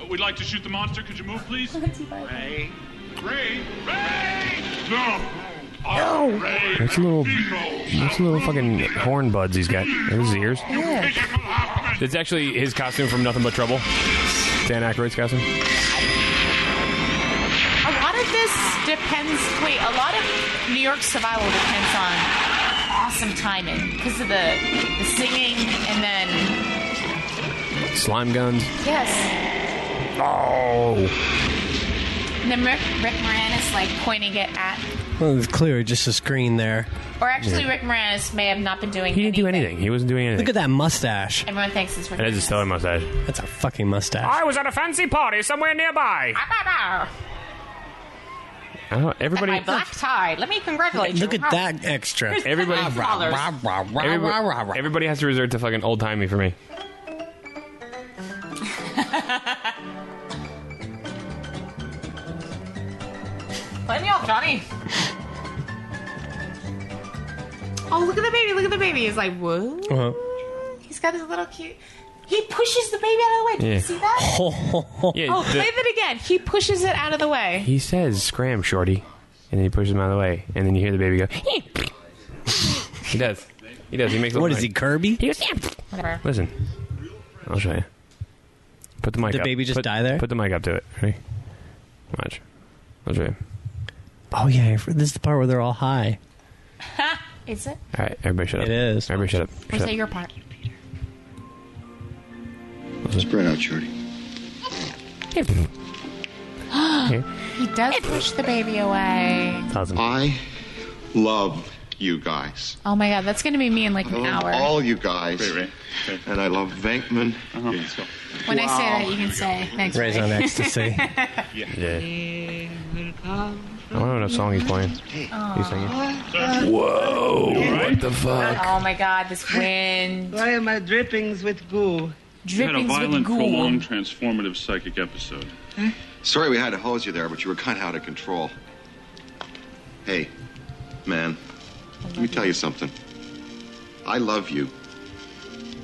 uh, we'd like to shoot the monster. Could you move, please? Ray. Ray. Ray. No. No. Ray. That's a little. That's a little fucking horn buds he's got. in his ears. It's actually his costume from Nothing But Trouble. Dan Aykroyd's costume. A lot of this depends. Wait, a lot of New York survival depends on awesome timing because of the the singing and then Slime guns. yes, Oh. and then Rick, Rick Moranis like pointing it at. Well, it's clearly just a screen there. Or actually, Yeah. Rick Moranis may have not been doing. He didn't do anything. He wasn't doing anything. Look at that mustache. Everyone thinks it's Rick. That is a stellar mustache. That's a fucking mustache. I was at a fancy party somewhere nearby. I don't, everybody. my black tie. Let me congratulate you. Look at that extra. Here's Everybody, $10. everybody, everybody has to resort to fucking old timey for me. Play me off, Johnny. Oh, look at the baby. Look at the baby. He's like, whoa. Uh-huh. He's got his little cute. He pushes the baby out of the way. Did Yeah. you see that? yeah, oh, the- play that again. He pushes it out of the way. he says, "Scram, shorty," and then he pushes him out of the way, and then you hear the baby go. he does. He does. He makes. a What little is he, noise. Kirby? He goes, yeah. Whatever. Listen, I'll show you. Put the mic. The up. baby just put, die there? Put the mic up to it. Ready? Watch. I'll show you. Oh yeah, this is the part where they're all high. Is it? All right, everybody, shut up. It is. Everybody, shut up. Or is that your part? Spread out, shorty. he does push the baby away. I love you guys. Oh my god, that's gonna be me in like an I love hour. all you guys. And I love Venkman. When I say that, you can say thanks. Ray's Ray." on ecstasy. Yeah. Oh, I don't know what song he's playing. He's singing. Whoa! What the fuck? Oh my god, this wind. Why are my drippings with goo? You had a Drippings with violent, goo. prolonged- Transformative psychic episode. Huh? Sorry we had to hose you there, but you were kind of out of control. Hey, man, let me tell you something. I love you.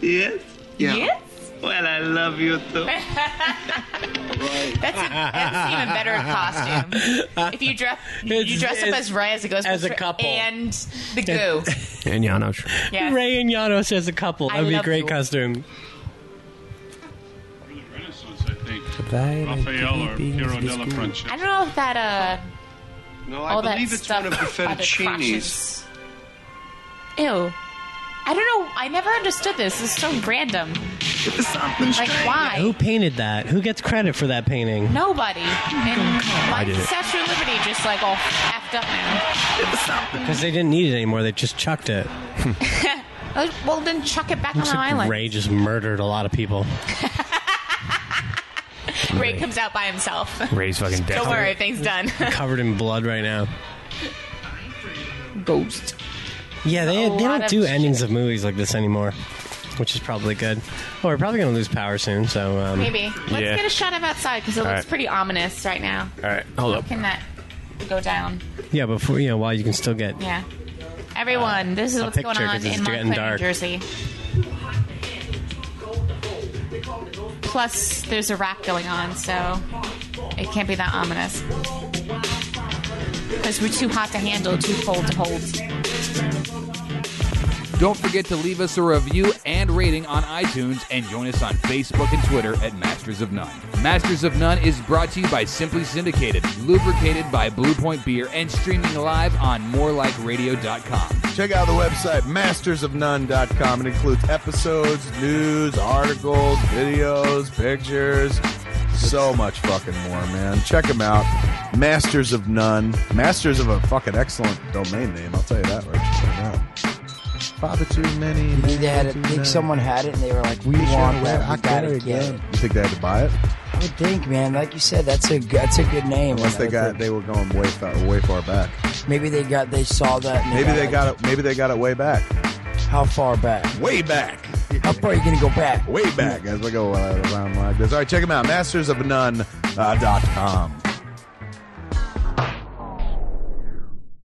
Yes? Yeah. Well, I love you too. That's, a, that's an even better costume. If you dress, you dress up as Ray as it goes as a picture couple. and the goo. And Janos. Yes. Ray and Janos as a couple. I That'd be a love great you. costume. Renaissance, I think. Raphael or Piero della Francesca. I don't know if that uh, no, all that stuff by the crotches- Ew. I don't know. I never understood this. It's so random. Like why? Who painted that? Who gets credit for that painting? Nobody. And I like did it. Statue of Liberty just like all effed up now. Because they didn't need it anymore. They just chucked it. Oh, well, then chuck it back on Looks the like island. Ray just murdered a lot of people. Ray. comes out by himself. Ray's fucking dead. Don't worry, things done. Covered in blood right now. Ghost. Yeah, they, A they lot don't of do shit. endings of movies like this anymore, which is probably good. Well, we're probably going to lose power soon, so. Um, Maybe. Let's get a shot of outside because it All looks right. pretty ominous right now. All right, hold How can that go down? Yeah, before, you know, while you can still get. Yeah. Everyone, this is a what's going Uh, picture, on 'cause it's in getting Montclair, dark. New Jersey. Plus, there's a rap going on, so it can't be that ominous. Because we're too hot to handle, too cold to hold. Don't forget to leave us a review and rating on iTunes and join us on Facebook and Twitter at Masters of None. Masters of None is brought to you by Simply Syndicated, lubricated by Blue Point Beer, and streaming live on morelikeradio.com. Check out the website mastersofnone.com. It includes episodes, news, articles, videos, pictures, so much fucking more, man. Check them out. Masters of None. Masters of a fucking excellent domain name. I'll tell you that. Right right now. Father too many. They had it, I too think many. someone had it, and they were like, "We You sure want had that. it? We I got gotta get it again. it." You think they had to buy it? I would think, man. Like you said, that's a that's a good name. Unless they got, they were going way far, way far back. Maybe they got they saw that. And Maybe they it. got it. Maybe they got it way back. How far back? Way back. How far are you going to go back? Way back as we go uh, around like this. All right, check them out. Mastersofnone.com. Uh, dot com.